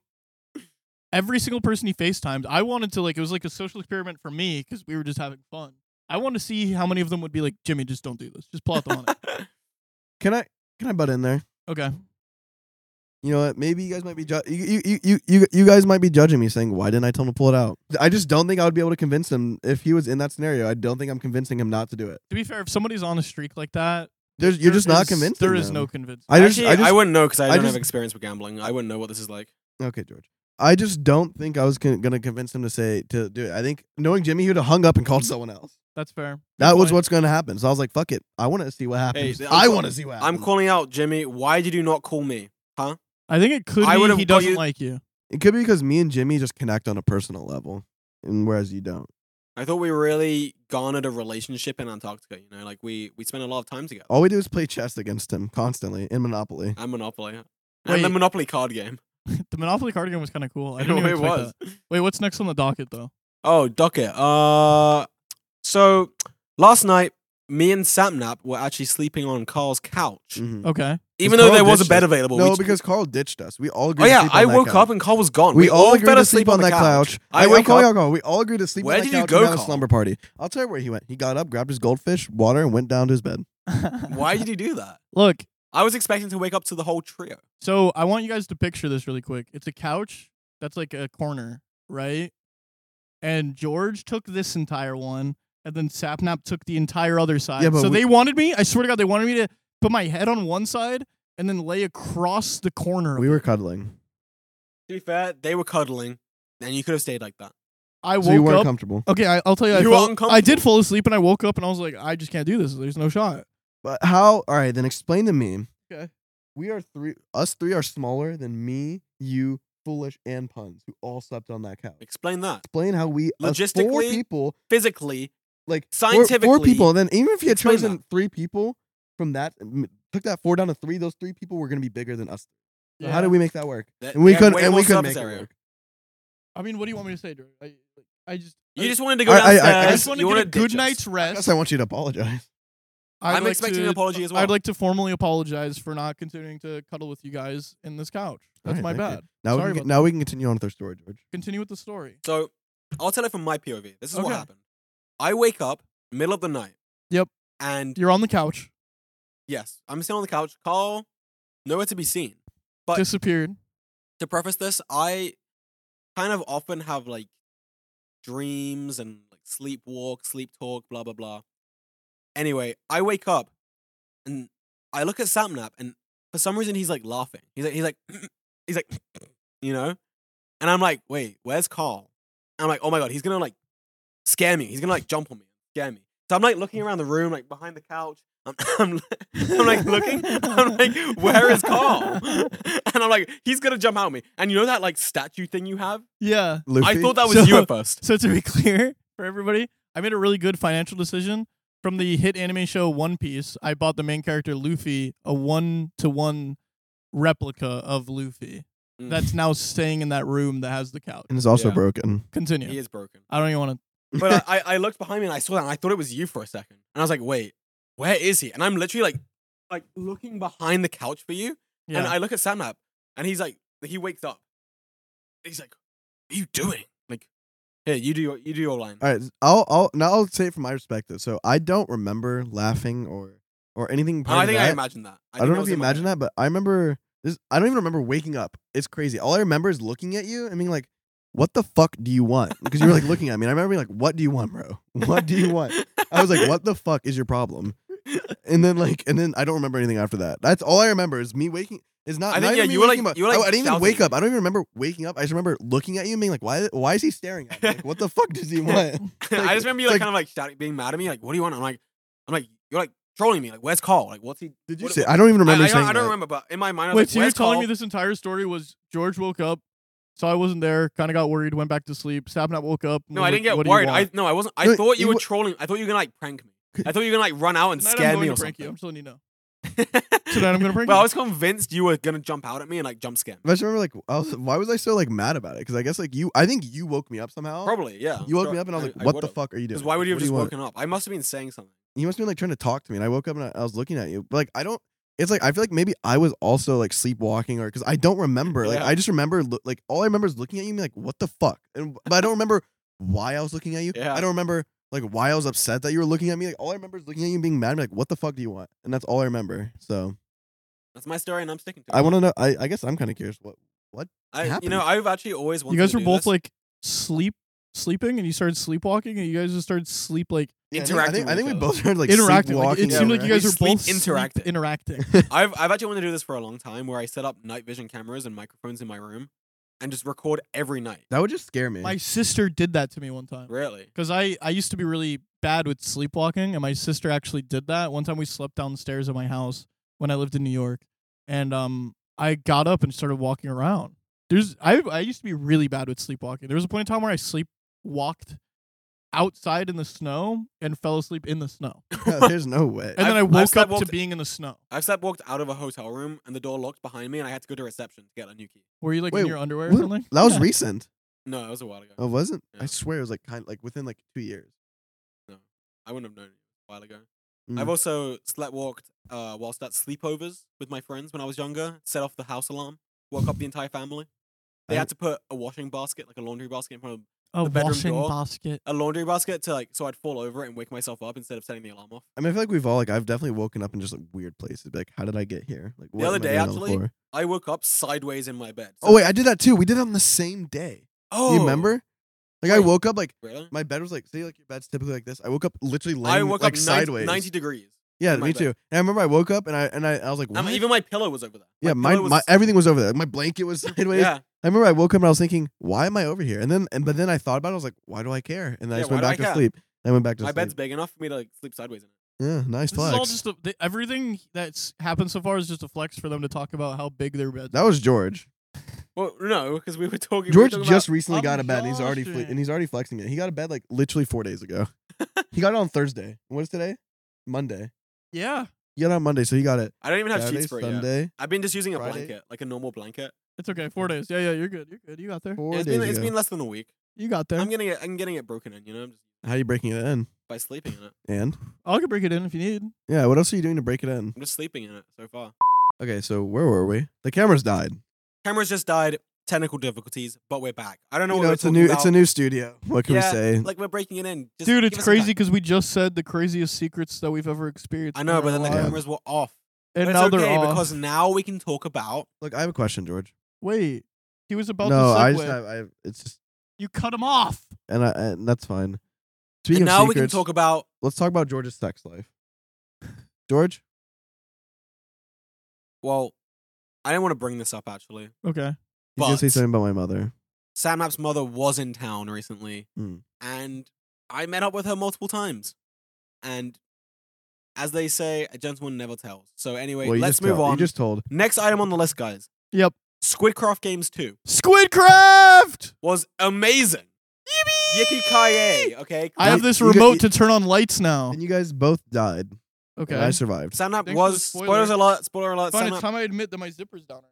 S2: every single person he FaceTimed, I wanted to like it was like a social experiment for me because we were just having fun. I wanted to see how many of them would be like, Jimmy, just don't do this. Just plot the money.
S3: Can I can I butt in there?
S2: okay.
S3: You know what? Maybe you guys might be ju- you, you, you, you, you guys might be judging me, saying, "Why didn't I tell him to pull it out?" I just don't think I would be able to convince him if he was in that scenario. I don't think I'm convincing him not to do it.
S2: To be fair, if somebody's on a streak like that,
S3: There's, you're
S2: there
S3: just not
S2: is-
S3: convinced.
S2: There is no convincing.
S3: I just,
S1: Actually,
S3: I just,
S1: wouldn't know because I
S3: I
S1: don't have
S3: just-
S1: experience with gambling. I wouldn't know what this is like.
S3: okay, George. I just don't think I was con- gonna convince him to say to do it. I think knowing Jimmy, he would have hung up and called someone else.
S2: That's fair.
S3: That was
S2: point.
S3: what's gonna happen. So I was like, "Fuck it, I want to see what happens.
S1: I'm
S3: I
S1: call-
S3: want to see what
S1: I'm
S3: happens."
S1: calling out Jimmy. Why did you not call me?
S2: I think it could
S1: I
S2: be
S1: would've
S2: he
S1: got
S2: doesn't
S1: you-
S2: like you.
S3: It could be because me and Jimmy just connect on a personal level, and whereas you don't.
S1: I thought we really garnered a relationship in Antarctica. You know, like we we spent a lot of time together.
S3: All we do is play chess against him constantly in Monopoly.
S1: And Monopoly. And
S2: Wait.
S1: the Monopoly card game.
S2: The Monopoly card game was kind of cool. I
S1: It
S2: didn't even expect
S1: was.
S2: that. Wait, what's next on the docket though?
S1: Oh, Docket. Uh, so last night, me and Sapnap were actually sleeping on Carl's couch,
S3: Mhm.
S2: Okay.
S1: even
S3: Is
S1: though
S3: Carl
S1: there was a
S3: ditched
S1: bed
S3: us?
S1: available.
S3: No,
S1: We-
S3: because Carl ditched us. We all agreed.
S1: oh
S3: to
S1: yeah,
S3: sleep on
S1: I
S3: that
S1: woke
S3: couch.
S1: up and Carl was gone.
S3: We, all agreed
S1: fell
S3: to
S1: asleep
S3: sleep on, the couch.
S1: I
S3: Wait,
S1: woke
S3: I'm calling
S1: up.
S3: out, Carl. We all agreed to sleep
S1: Where
S3: on
S1: did
S3: the
S1: you
S3: couch.
S1: go,
S3: and have a
S1: Carl?
S3: slumber party. I'll tell you where he went. He got up, grabbed his goldfish, water, and went down to his bed.
S1: Why did you do that?
S2: Look,
S1: I was expecting to wake up to the whole trio.
S2: So I want you guys to picture this really quick. It's a couch that's like a corner, right? And George took this entire one, and then Sapnap took the entire other side.
S3: Yeah, but
S2: so
S3: we-
S2: they wanted me. I swear to God, they wanted me to put my head on one side and then lay across the corner.
S3: We were cuddling,
S1: To be fair, they were cuddling, and you could have stayed like that.
S2: I woke
S3: so you weren't
S2: up.
S3: comfortable.
S2: okay, I, I'll tell you. I,
S1: You were
S2: fell- I did
S1: uncomfortable.
S2: fall asleep, and I woke up, and I was like, I just can't do this. There's no shot.
S3: But how? All right, then explain to me.
S2: Okay.
S3: We are three. Us three are smaller than me, you, foolish, and puns, who all slept on that couch.
S1: Explain that
S3: Explain how we us four
S1: Logistically,
S3: people
S1: physically.
S3: like four- four,
S1: Scientifically,
S3: people. And then even if you had
S1: explain
S3: chosen three people from that, m- took that four down to three, those three people were going to be bigger than us. So How did we make that work?
S1: that
S3: And we
S1: they had
S3: couldn't.
S1: way
S3: And
S1: more
S3: we couldn't
S1: surface
S3: make it
S1: area.
S3: work.
S2: I mean, what do you want me to say, George? I, I just.
S1: You
S2: I-
S1: just wanted to go
S3: I- I- I- I
S1: downstairs.
S2: I
S3: guess
S2: just want
S1: you
S2: to get a
S1: wanted
S2: good
S1: ditch us.
S2: night's
S3: I
S2: rest.
S3: guess I want you to apologize.
S2: I'd
S1: I'm expecting an apology as well.
S2: I'd like to formally apologize for not continuing to cuddle with you guys in this couch. That's
S3: Alright,
S2: my
S3: thank you.
S2: bad.
S3: Now
S2: Sorry
S3: we can,
S2: about
S3: now we can continue on with our story, George.
S2: Continue with the story.
S1: So I'll tell it from my POV. This is what
S2: Okay.
S1: happened. I wake up middle of the night.
S2: Yep.
S1: And
S2: You're on the couch.
S1: yes, I'm sitting on the couch. Carl, nowhere to be seen. But-
S2: Disappeared.
S1: To preface this, I kind of often have like dreams and like sleepwalk, sleep talk, blah blah blah. Anyway, I wake up and I look at Sapnap, and for some reason he's like laughing. He's like he's like he's like you know, and I'm like, wait, where's Carl? And I'm like, oh my god, he's gonna like scare me. He's gonna like jump on me, scare me. So I'm like looking around the room, like behind the couch. I'm, I'm, I'm like looking. I'm like, where is Carl? And I'm like, he's gonna jump out at me. And you know that like statue thing you have?
S2: Yeah.
S3: Luffy?
S1: I thought that was
S2: So-
S1: you at first.
S2: So to be clear for everybody, I made a really good financial decision from the hit anime show One Piece. I bought the main character Luffy a one to one replica of Luffy
S1: Mm.
S2: that's now staying in that room that has the couch.
S3: and it's also
S1: Yeah.
S3: broken.
S2: Continue.
S1: He is broken.
S2: I don't even want
S1: But I, I, I looked behind me and I saw that and I thought it was you for a second. And I was like, wait, where is he? And I'm literally like, like looking behind the couch for you.
S2: to. Yeah.
S1: And I look at Samap and he's like, he wakes up. He's like, what are you doing? Like, here, you do your, you do your line.
S3: All right, I'll, I'll now I'll say it from my perspective. So I don't remember laughing or or anything.
S1: Oh,
S3: prior
S1: I
S3: to
S1: think
S3: that.
S1: I imagined that.
S3: I,
S1: think
S3: don't know
S1: that
S3: if
S1: was
S3: you
S1: in my
S3: imagine
S1: head.
S3: that, but I remember this. I don't even remember waking up. It's crazy. All I remember is looking at you and being like, "What the fuck do you want?" Because you were like looking at me, and I remember being like, "What do you want, bro? What do you want?" I was like, "What the fuck is your problem?" And then like, and then I don't remember anything after that. That's all I remember is me waking. Is not.
S1: I think,
S3: not
S1: yeah,
S3: even me
S1: you were,
S3: waking
S1: like-
S3: up.
S1: you were, like,
S3: I, I didn't even
S1: shouting
S3: wake
S1: at
S3: up. I don't even remember waking up. I just remember looking at you and being like, "Why? Why is he staring at me? Like, what the fuck does he want?"
S1: I just remember you like,
S3: like-
S1: kind of like shouting, being mad at me, like, what do you want? I'm like, I'm like, you're like trolling me. Like, where's Carl? Like, what's he?
S3: Did you
S1: what-
S3: say? I don't even remember
S1: I, I don't,
S3: saying.
S1: I don't
S3: that.
S1: remember, but in my mind, I was
S2: Wait,
S1: like,
S2: so you're
S1: "Where's
S2: telling
S1: Carl?"
S2: me this entire story was George woke up, so I wasn't there, kind of got worried, went back to sleep. Sabnap woke up. and
S1: No,
S2: was
S1: I
S2: like,
S1: didn't get
S2: "What do you
S1: worried.
S2: want?"
S1: I no, I wasn't. I
S3: No,
S1: thought you
S3: you
S1: were
S3: wa-
S1: trolling. I thought you were gonna like prank me. I thought you were gonna like run out and
S2: Tonight
S1: scare
S2: I'm going
S1: me
S2: to
S1: or
S2: prank you.
S1: something.
S2: I'm just letting you know.
S1: but
S2: Tonight I'm going to prank you.
S1: I was convinced you were gonna jump out at me and like jump scare me.
S3: But I just remember like, I was, why was I so like mad about it? Because I guess like you, I think you woke me up somehow.
S1: Probably, yeah.
S3: You woke me up and I was like, what the fuck are you doing?
S1: Because why would you have
S3: What do
S1: just
S3: want?
S1: woken up? I must have been saying something.
S3: You must have been like trying to talk to me, and I woke up and I, I was looking at you. But like, I don't. It's like I feel like maybe I was also like sleepwalking, or because I don't remember. Like
S1: Yeah.
S3: I just remember, lo- like all I remember is looking at you and being like, what the fuck? And but I don't remember why I was looking at you.
S1: Yeah.
S3: I don't remember like why I was upset that you were looking at me. Like all I remember is looking at you and being mad. and be like, what the fuck do you want? And that's all I remember. So
S1: That's my story, and I'm sticking to it.
S3: I want to know. I, I guess I'm kind of curious. What?
S1: I, you
S3: happened.
S1: know, I've actually always wanted.
S2: you guys
S1: to
S2: were
S1: do
S2: both
S1: this.
S2: like sleep sleeping and you started sleepwalking and you guys just started sleep like
S3: Yeah, I think- I
S1: Interacting
S3: think, I
S1: with
S3: think we
S1: each
S3: both started like
S2: interacting like, it
S3: sleepwalking
S2: seemed like
S3: together.
S2: you guys
S1: We
S2: were both
S1: sleep
S2: interacting
S1: interacting.
S2: interacting
S1: I've I've actually wanted to do this for a long time, where I set up night vision cameras and microphones in my room, and just record every night.
S3: That would just scare me.
S2: my sister did that to me one time
S1: Really?
S2: because i i used to be really bad with sleepwalking and my sister actually did that one time we slept downstairs at my house when i lived in new york and um i got up and started walking around there's i i used to be really bad with sleepwalking there was a point in time where i sleepwalked outside in the snow and fell asleep in the snow
S3: There's no way.
S2: and then i
S1: I've- I've
S2: woke up to
S1: sleepwalked-
S2: being in the snow
S1: I've slept walked out of a hotel room and the door locked behind me, and I had to go to reception to get a new key.
S2: Were you like in
S3: Wait,
S2: your underwear or
S3: What-
S2: something?
S3: That was
S2: Yeah.
S3: recent.
S1: No, it was a while ago.
S3: It wasn't.
S1: Yeah.
S3: I swear it Oh, was like kind like within like two years.
S1: I wouldn't have known it a while ago.
S3: Mm.
S1: I've also slept walked uh, whilst at sleepovers with my friends when I was younger. Set off the house alarm, woke up the entire family. They
S3: I-
S1: had to put a washing basket, like a laundry basket, in front of
S2: a
S1: the bedroom
S2: washing
S1: door.
S2: basket.
S1: a laundry basket to like, so I'd fall over it and wake myself up instead of setting the alarm off.
S3: I mean, I feel like we've all like I've definitely woken up in just like weird places. Be Like, how did I get here? Like what
S1: other
S3: am I
S1: day,
S3: doing on
S1: actually-
S3: floor?
S1: I woke up sideways in my bed.
S3: Oh wait, I did that too. We did it on the same day.
S1: oh,
S3: Do you remember? Like I
S1: Wait.
S3: woke up like
S1: Really?
S3: my bed was like say like your bed's typically like this. I woke up literally laying
S1: I woke
S3: like
S1: up
S3: sideways.
S1: sideways, ninety degrees.
S3: yeah,
S1: in my
S3: me
S1: bed.
S3: too. And I remember I woke up and I and I, I was like,
S1: I
S3: what?
S1: mean, even my pillow was over there.
S3: yeah, my,
S1: pillow was-
S3: my everything was over there. My blanket was sideways.
S1: yeah,
S3: I remember I woke up and I was thinking, why am I over here? And then and but then I thought about it. I was like, why do I care? And then I
S1: Yeah,
S3: just
S1: why
S3: went
S1: do I
S3: back to
S1: care?
S3: sleep. I went back to
S1: my
S3: sleep.
S1: bed's big enough for me to like sleep sideways in it.
S3: yeah, nice
S2: This
S3: flex.
S2: is all just a, the, everything that's happened so far is just a flex for them to talk about how big their bed.
S3: That was George.
S1: Well, no, because we were talking. we were
S3: George
S1: talking
S3: just recently
S2: I'm
S3: got a bed. And he's already fle-
S2: Georging.
S3: and he's already flexing it. He got a bed like literally four days ago. he got it on Thursday. What is today? Monday.
S2: yeah,
S3: He got it on Monday, so he got
S1: About,
S3: it.
S1: I don't even have
S3: Saturday,
S1: sheets for it yet.
S3: Sunday,
S1: I've been just using a
S3: Friday.
S1: blanket, like a normal blanket.
S2: it's okay. Four days. Yeah, yeah, you're good. You're good. You got there.
S3: four
S1: Yeah, It's
S3: days
S1: been, it's
S3: ago.
S1: been less than a week.
S2: You got there.
S1: I'm getting it. I'm getting it broken in. You know, I'm just
S3: How are you breaking it in?
S1: by sleeping in it.
S3: And
S2: I can break it in if you need.
S3: yeah, what else are you doing to break it in?
S1: I'm just sleeping in it so far.
S3: Okay, so where were we? The camera's died.
S1: Cameras just died. Technical difficulties, but we're back. I don't know
S3: You
S1: what
S3: know,
S1: we're
S3: it's a
S1: talking
S3: new
S1: about.
S3: it's a new studio. What can
S1: Yeah,
S3: we say?
S1: Like we're breaking it in, just
S2: Dude,
S1: give
S2: it's
S1: us some time.
S2: crazy because we just said the craziest secrets that we've ever experienced.
S1: I
S2: in
S1: know,
S2: our
S1: but then the
S2: lives.
S3: Yeah.
S1: cameras were off.
S2: and
S1: But
S2: now
S1: it's
S2: they're
S1: okay
S2: off.
S1: because now we can talk about.
S3: Look, I have a question, George.
S2: wait, he was about
S3: no,
S2: to segue.
S3: I just have I have, it's just
S2: you cut him off.
S3: and I and that's fine. Speaking
S1: And
S3: of
S1: now we can
S3: secrets,
S1: talk about.
S3: let's talk about George's sex life. George?
S1: Well, I didn't want to bring this up actually.
S2: Okay.
S3: He's gonna say
S1: But-
S3: something about my mother.
S1: Samap's mother was in town recently,
S3: Mm.
S1: and I met up with her multiple times. And as they say, a gentleman never tells. So anyway,
S3: well, you
S1: let's
S3: just
S1: move
S3: told-
S1: on.
S3: You just told.
S1: Next item on the list, guys.
S2: Yep.
S1: Squidcraft Games 2
S2: Squidcraft.
S1: was amazing.
S2: Yippee!
S1: Yippee ki Okay.
S2: I have
S3: You-
S2: this
S3: you got-
S2: remote
S3: you-
S2: to turn on lights
S1: Oh.
S2: now.
S3: And you guys both died.
S2: Okay.
S3: And I survived.
S1: Samnap
S2: Thanks for the
S1: was
S2: spoiler.
S1: spoilers alert. Spoiler alert.
S2: Fine, it's
S1: Samnap
S2: time I admit that my zipper's down.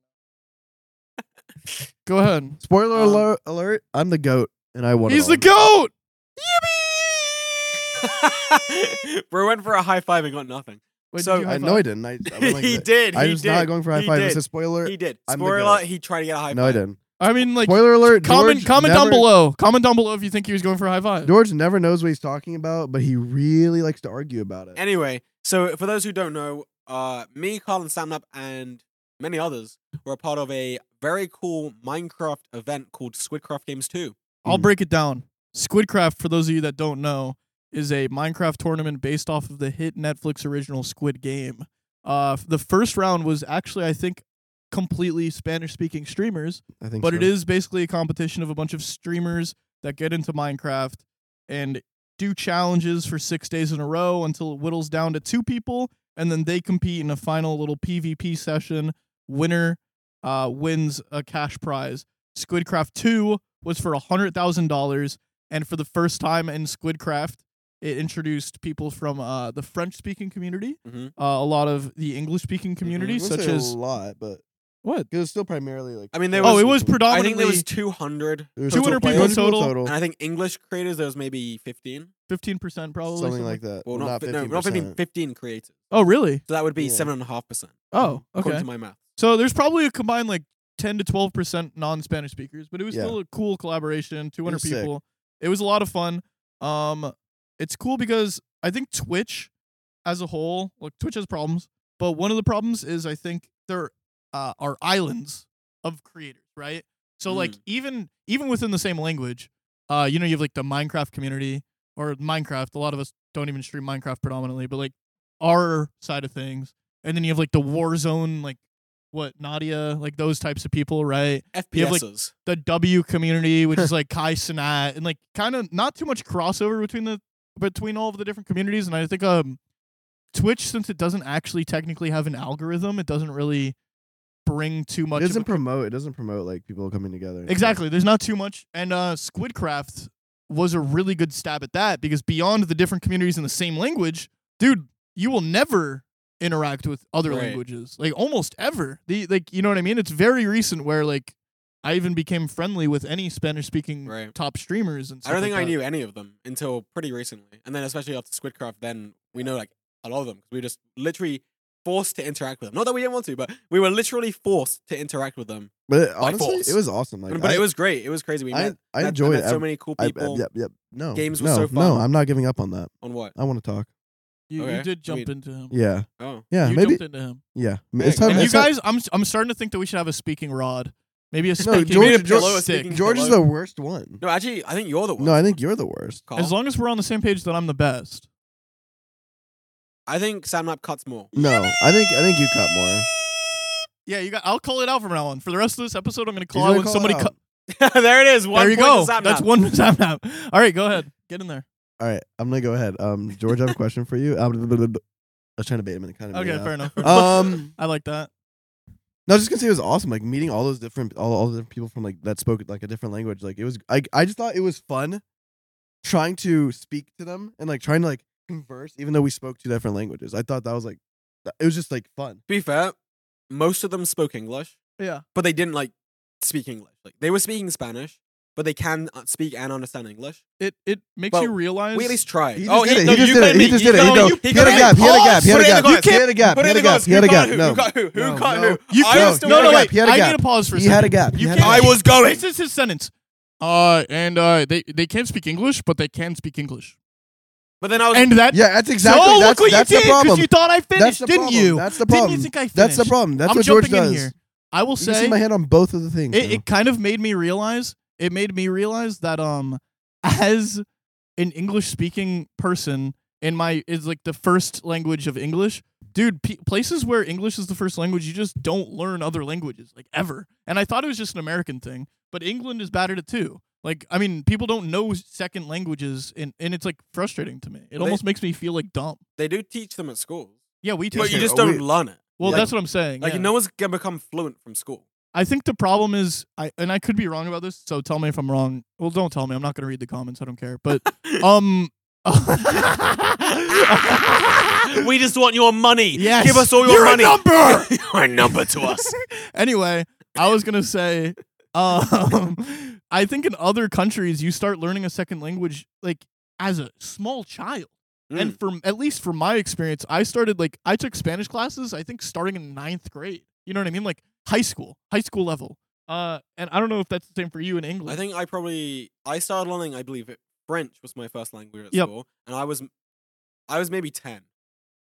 S2: Go ahead.
S3: Spoiler
S1: Um,
S3: alert, alert! I'm the goat, and I won. it
S2: He's
S3: all.
S2: the goat.
S1: Bro went for a high five and got nothing.
S2: Wait,
S1: So-
S2: did you high
S3: I know
S2: five?
S3: I didn't. I, I went like
S1: he
S3: that.
S1: did.
S3: I
S1: he
S3: was
S1: did.
S3: not going for a high
S1: he
S3: five.
S1: Did.
S3: It's a spoiler.
S1: he did.
S3: I'm the
S1: Spoiler
S3: goat.
S1: alert. He tried to get a high
S3: no, I
S1: five.
S3: didn't.
S2: I mean, like,
S3: Spoiler alert!
S2: comment,
S3: George
S2: comment down
S3: never-
S2: below. Comment down below if you think he was going for a high five.
S3: George never knows what he's talking about, but he really likes to argue about it.
S1: Anyway, so for those who don't know, uh, me, Carl, and Samnap, and many others were a part of a very cool Minecraft event called Squidcraft Games 2.
S2: I'll
S3: Mm.
S2: break it down. Squidcraft, for those of you that don't know, is a Minecraft tournament based off of the hit Netflix original Squid Game. Uh, f- the first round was actually, I think, completely Spanish speaking streamers,
S3: I think,
S2: but
S3: so.
S2: it is basically a competition of a bunch of streamers that get into Minecraft and do challenges for six days in a row until it whittles down to two people, and then they compete in a final little PvP session. Winner uh, wins a cash prize. Squidcraft 2 was for $100,000. And for the first time in Squidcraft, it introduced people from uh, the French speaking community,
S1: Mhm.
S2: uh, a lot of the English speaking community,
S3: I wouldn't
S2: such
S3: say
S2: as.
S3: a lot, but
S2: What?
S3: it was still primarily like.
S1: I mean, there
S2: Oh,
S1: was-
S2: it was
S1: I
S2: predominantly
S1: think there was 200,
S3: It was
S2: 200
S3: total-
S2: people
S3: 200
S2: total.
S1: and I think English creators, there was maybe 15.
S2: 15% probably.
S3: something like that.
S1: Well, not, fi- no, not 15, 15 creators.
S2: Oh, really?
S1: So that would be
S3: Yeah.
S1: 7.5%.
S2: Oh,
S3: Mm,
S1: According
S2: okay.
S1: to my math.
S2: So there's probably a combined like 10 to 12 percent non-Spanish speakers, but it was
S3: Yeah.
S2: still a cool collaboration. 200
S3: was sick.
S2: people. It was a lot of fun. Um, it's cool because I think Twitch, as a whole, like Twitch has problems, but one of the problems is I think there uh, are islands of creators, right? So like
S1: Mm.
S2: even even within the same language, uh, you know, you have like the Minecraft community or Minecraft. A lot of us don't even stream Minecraft predominantly, but like our side of things, and then you have like the Warzone, like what Nadia, like those types of people, right? You have, like,
S1: FPSs.
S2: The W community, which is like Kai Sinat, and like kind of not too much crossover between the between all of the different communities. And I think um Twitch, since it doesn't actually technically have an algorithm, it doesn't really bring too much.
S3: It
S2: of a
S3: doesn't promote. It doesn't promote like people coming together. and stuff.
S2: Exactly. There's not too much. And uh, Squidcraft was a really good stab at that because beyond the different communities in the same language, dude, you will never interact with other
S1: Right.
S2: languages. Like almost ever. The like you know what I mean? It's very recent where like I even became friendly with any Spanish speaking
S1: Right.
S2: top streamers and
S1: I don't
S2: stuff
S1: think
S2: like
S1: I
S2: that.
S1: knew any of them until pretty recently. And then, especially after Squidcraft, then we know like a lot of them 'cause we were just literally forced to interact with them. Not that we didn't want to, but we were literally forced to interact with them.
S3: But it, honestly,
S1: force.
S3: it was awesome. Like,
S1: but
S3: I,
S1: it was great. It was crazy. We
S3: I,
S1: met,
S3: I
S1: met-
S3: enjoyed
S1: met
S3: it.
S1: so many cool
S3: I, I,
S1: people
S3: yep, yep. No,
S1: Games were
S3: no,
S1: so
S3: No,
S1: fun.
S3: I'm not giving up on that.
S1: on what?
S3: I want to talk.
S2: You, you
S1: Okay.
S2: did
S1: I
S2: jump
S1: mean-
S2: into him.
S3: Yeah,
S1: Oh,
S3: yeah,
S2: you
S3: maybe.
S2: jumped into him.
S3: Yeah,
S1: Yeah,
S3: it's time.
S1: exactly.
S2: And you
S3: it's time-
S2: guys I'm I'm starting to think that we should have a speaking rod. Maybe a
S3: No,
S2: speaking
S3: George-
S2: Maybe a
S3: George-
S2: pillow stick.
S1: speaking
S3: George is the worst one.
S1: no, actually, I think you're the one.
S3: No, I think you're the worst.
S1: Carl.
S2: As long as we're on the same page that I'm the best.
S1: I think Samnap cuts more.
S3: No, I think I think you cut more.
S2: Yeah, you got. I'll call it out from now on. For the rest of this episode, I'm gonna call
S3: He's gonna
S2: out when
S3: call it
S2: somebody.
S3: out.
S2: Cu-
S1: there it is. One
S2: there you
S1: point
S2: go.
S1: to Samnap.
S2: That's one time now. All right, go ahead. Get in there.
S3: All right, I'm gonna go ahead. Um, George, I have a question for you. Um, I was trying to bait him and it kind of
S2: Okay, fair enough.
S3: Um,
S2: I like that.
S3: no, I was just gonna say it was awesome. Like meeting all those different all, all the different people from like that spoke like a different language. Like it was. I I just thought it was fun trying to speak to them and like trying to like converse, even though we spoke two different languages. I thought that was like th- it was just like fun.
S1: To be fair, most of them spoke English,
S2: Yeah.
S1: but they didn't like speak English. Like they were speaking Spanish, but they can uh, speak and understand English.
S2: It it makes
S1: Well,
S2: you realize.
S1: We at least tried.
S3: He just
S1: oh,
S3: did it.
S1: no,
S3: He just
S1: you
S3: did it.
S1: couldn't
S3: He
S1: be-
S3: just
S1: you
S3: did it. He
S1: couldn't
S3: don't-
S1: be-
S3: he had a
S1: couldn't
S3: gap.
S1: be-
S3: He had a
S1: Pause.
S3: gap. He had a
S1: Put it in the guards.
S3: gap. He had a gap.
S1: Put
S3: He
S1: it in
S3: had a
S1: the
S3: gap.
S1: guards.
S3: He had a
S1: Who got
S3: gap.
S1: who?
S3: No.
S1: Who got who? Who
S2: No,
S1: got who?
S2: You
S1: I
S2: can't-
S1: was still
S2: no, no,
S1: going.
S2: wait.
S3: He had a
S2: I need
S3: gap.
S2: to pause for a
S3: He had a
S2: second.
S3: gap. He
S2: You
S3: had a
S2: can't-
S1: I
S3: gap.
S1: was going.
S2: This is his sentence. Uh, and uh, they they can't speak English, but they can speak English.
S1: But then I was.
S2: And that.
S3: Yeah, that's exactly.
S2: oh,
S3: that's,
S2: look what
S3: that's
S2: you
S3: the
S2: did
S3: problem.
S2: you thought I finished,
S3: That's the
S2: didn't
S3: problem.
S2: you?
S3: That's the
S2: didn't
S3: problem.
S2: you think I finished?
S3: That's the problem. That's
S2: I'm
S3: what George
S2: jumping
S3: does.
S2: in here. I will
S3: You
S2: say
S3: can see my hand on both of the things.
S2: it,
S1: Mm-hmm.
S3: now.
S2: it kind of made me realize it made me realize that um as an english speaking person and my is like the first language of English. Dude, pe places where English is the first language, you just don't learn other languages like ever. And I thought it was just an American thing, but England is bad at it too. Like, I mean, people don't know second languages, and, and it's like frustrating to me. It
S1: They-
S2: almost makes me feel like dumb.
S1: They do teach them at school,
S2: Yeah, we
S3: Yeah,
S2: teach
S1: but you
S3: sure.
S2: it.
S1: just
S3: Oh,
S1: don't
S3: we-
S1: learn it.
S2: Well,
S3: Yeah.
S2: that's what I'm saying.
S1: Like
S2: yeah.
S1: no one's gonna become fluent from school.
S2: I think the problem is, I and I could be wrong about this. So tell me if I'm wrong. Well, don't tell me. I'm not going to read the comments. I don't care. But um,
S1: we just want your money.
S2: Yes.
S1: Give us all your
S2: You're a
S1: money.
S2: number!
S1: You're a number to us.
S2: anyway, I was gonna say, um, I think in other countries you start learning a second language like as a small child.
S1: Hmm.
S2: And from at least from my experience, I started like I took Spanish classes. I think starting in ninth grade. You know what I mean? Like high school, high school level. Uh, and I don't know if that's the same for you in England.
S1: Mm. I think I probably I started learning. I believe it, French was my first language at
S2: Yep.
S1: school, and I was, I was maybe ten.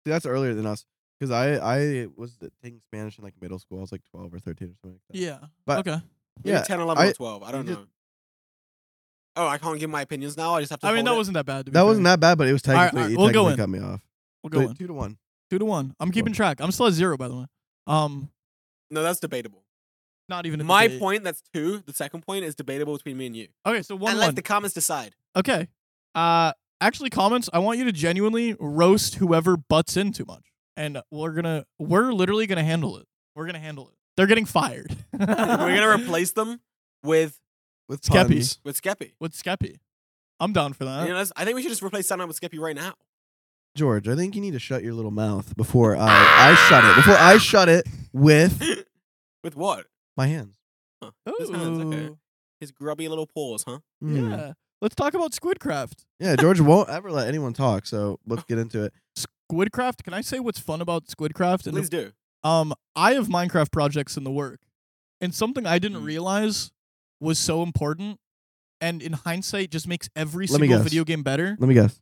S3: See, that's earlier than us because I I was taking Spanish in like middle school. I was like twelve or thirteen or something. Like that.
S2: Yeah.
S3: But-
S2: okay.
S1: Maybe
S3: Yeah,
S1: 10, 11, or
S3: I-
S1: 12. I don't
S3: just-
S1: know. Oh, I can't give my opinions now. I just have to.
S2: I mean,
S1: hold
S2: that
S1: it.
S2: wasn't that bad. To be
S3: that
S2: fair.
S3: wasn't that bad, but it was
S2: right,
S3: technically,
S2: all right,
S3: it
S2: we'll go
S3: technically cut me off.
S2: We'll
S3: So
S2: go in.
S3: two to one.
S2: Two to one. I'm keeping track. I'm still at zero, by the way. Um,
S1: No, that's debatable.
S2: not even a
S1: My
S2: debate.
S1: point, that's two. The second point is debatable between me and you.
S2: Okay, so one
S1: and
S2: one.
S1: let the comments decide.
S2: Okay. Uh, actually, comments. I want you to genuinely roast whoever butts in too much, and we're gonna we're literally gonna handle it. We're gonna handle it. They're getting fired. we're
S1: We're gonna replace them with
S3: With
S2: Skeppy.
S3: puns.
S1: with Skeppy.
S2: with Skeppy. I'm down for that.
S1: You know, that's- I think we should just replace Santa with Skeppy right now.
S3: George, I think you need to shut your little mouth before I I shut it. Before I shut it with
S1: With what?
S3: my hands.
S1: Huh. His, hands, okay.
S2: Ooh,
S1: His grubby little paws, huh?
S3: Mm.
S2: Yeah. Let's talk about Squidcraft.
S3: Yeah, George won't ever let anyone talk, so let's get into it.
S2: Squidcraft. Can I say what's fun about Squidcraft? And
S1: Please do.
S2: um, I have Minecraft projects in the work, and something I didn't
S1: Mm.
S2: realize was so important, and in hindsight, just makes every
S3: Let me
S2: single
S3: guess.
S2: video game better.
S3: Let me guess.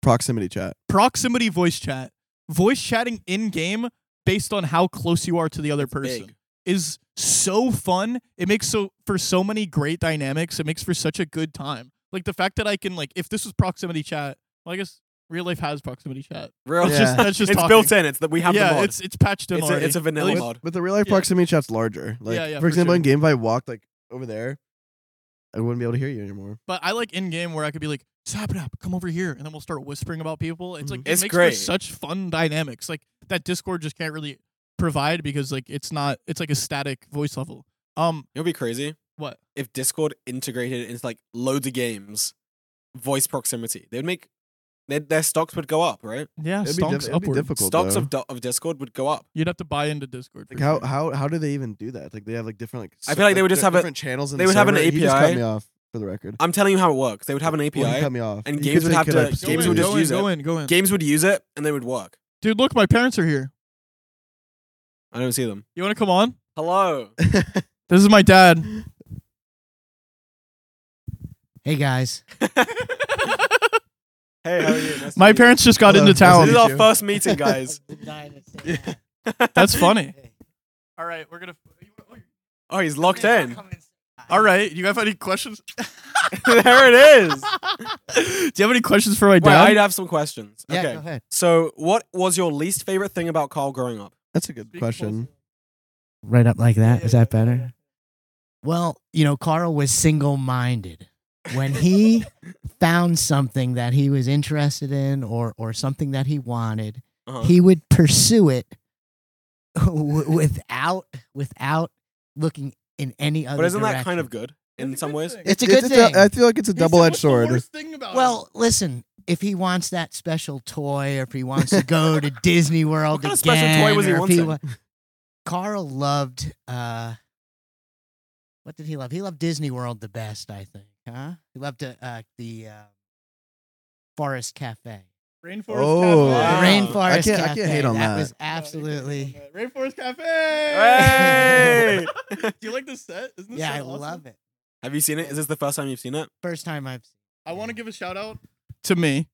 S3: Proximity chat.
S2: proximity voice chat, voice chatting in game based on how close you are to the other person
S1: Big.
S2: is so fun. It makes so for so many great dynamics. It makes for such a good time. Like the fact that I can like if this was proximity chat, well, I guess real life has proximity chat.
S1: Real.
S2: That's
S3: Yeah.
S2: just that's just
S1: It's
S2: talking.
S1: built in. It's that we have
S2: yeah,
S1: the mod.
S2: it's it's patched in
S1: It's a-
S2: already.
S1: it's a vanilla
S2: At least-
S1: mod.
S3: But the real life
S2: Yeah.
S3: proximity chat's larger. Like
S2: Yeah, yeah,
S3: for
S2: for
S3: example,
S2: sure.
S3: in game if I walked like over there, I wouldn't be able to hear you anymore.
S2: But I like in game where I could be like, "Sap it up, come over here," and then we'll start whispering about people. It's like
S3: Mhm.
S2: it
S1: It's
S2: makes
S1: great.
S2: for such fun dynamics. Like that Discord just can't really provide because like it's not it's like a static voice level. Um,
S1: It would be crazy
S2: what?
S1: if Discord integrated into like loads of games, voice proximity. They'd make their, their stocks would go up, right?
S2: Yeah,
S3: It'd be, diff-
S2: stonks
S3: it'd be
S2: upward.
S3: difficult.
S1: Stocks
S3: though.
S1: of, Do- of Discord would go up.
S2: You'd have to buy into Discord.
S3: Like
S2: for
S3: how
S2: sure.
S3: how how do they even do that? Like they have like different like
S1: I
S3: ser-
S1: feel like they would just
S3: di-
S1: have a-
S3: different channels. In
S1: they
S3: the
S1: would have an
S3: server. You just cut
S1: API.
S3: me off for the record.
S1: I'm telling you how it works. They would have an API.
S3: Well, you cut me off.
S1: and
S3: You
S1: games
S3: could
S1: would
S3: say,
S1: have
S3: "Can I
S1: to-
S2: Go
S3: proceed
S1: games will
S2: in,
S3: with
S1: just
S2: go
S3: this?"
S1: use
S2: in,
S1: it.
S2: Go in, go in.
S1: Games would use it and they would work.
S2: Dude, look, my parents are here.
S1: I don't see them.
S2: You want to come on?
S1: Hello.
S2: This is my dad.
S4: Hey guys,
S1: Hey, how are you? Nice to
S2: my
S1: meet you.
S2: parents just got
S3: Hello.
S2: into
S1: This
S2: town.
S1: is
S3: Meet
S1: our
S3: you.
S1: first meeting, guys.
S2: That's funny. All right, we're gonna.
S1: Oh, he's locked in.
S2: All right, you guys have any questions?
S1: there it is.
S2: Do you have any questions for my
S1: Wait,
S2: dad?
S1: I have some questions.
S4: Yeah,
S1: okay.
S4: go ahead.
S1: So, what was your least favorite thing about Carl growing up?
S3: That's a good
S2: Speak
S3: question.
S4: Right up like that.
S2: Yeah,
S4: Is
S2: yeah,
S4: that
S2: yeah,
S4: better? Well, you know, Carl was single-minded. When he found something that he was interested in or or something that he wanted,
S1: Uh-huh.
S4: he would pursue it w- without without looking in any other
S1: but isn't that kind
S4: direction.
S1: of good in some ways?
S4: It's a good
S3: a du-
S4: thing.
S3: I feel like it's a double-edged sword.
S4: Well, listen, if he wants that special toy, or if he wants to go to Disney World
S1: kind of special
S4: again,
S1: toy was he
S4: or if he
S1: wanting?
S4: wa- Carl loved. Uh, what did he love? He loved Disney World the best, I think. Huh? He loved uh, uh, the uh, Forest Cafe,
S2: Rainforest
S3: Oh,
S4: The
S1: Wow.
S2: Cafe. Oh,
S4: Rainforest
S3: I can't- I
S4: Cafe.
S3: can't hate on that.
S4: was absolutely.
S2: Rainforest Cafe.
S1: Hey!
S2: Do you like this set? Isn't this
S4: Yeah, I
S2: set awesome?
S4: love it.
S1: Have you seen it? Is this the first time you've seen it?
S4: First time I've.
S2: I want to give a shout out to me.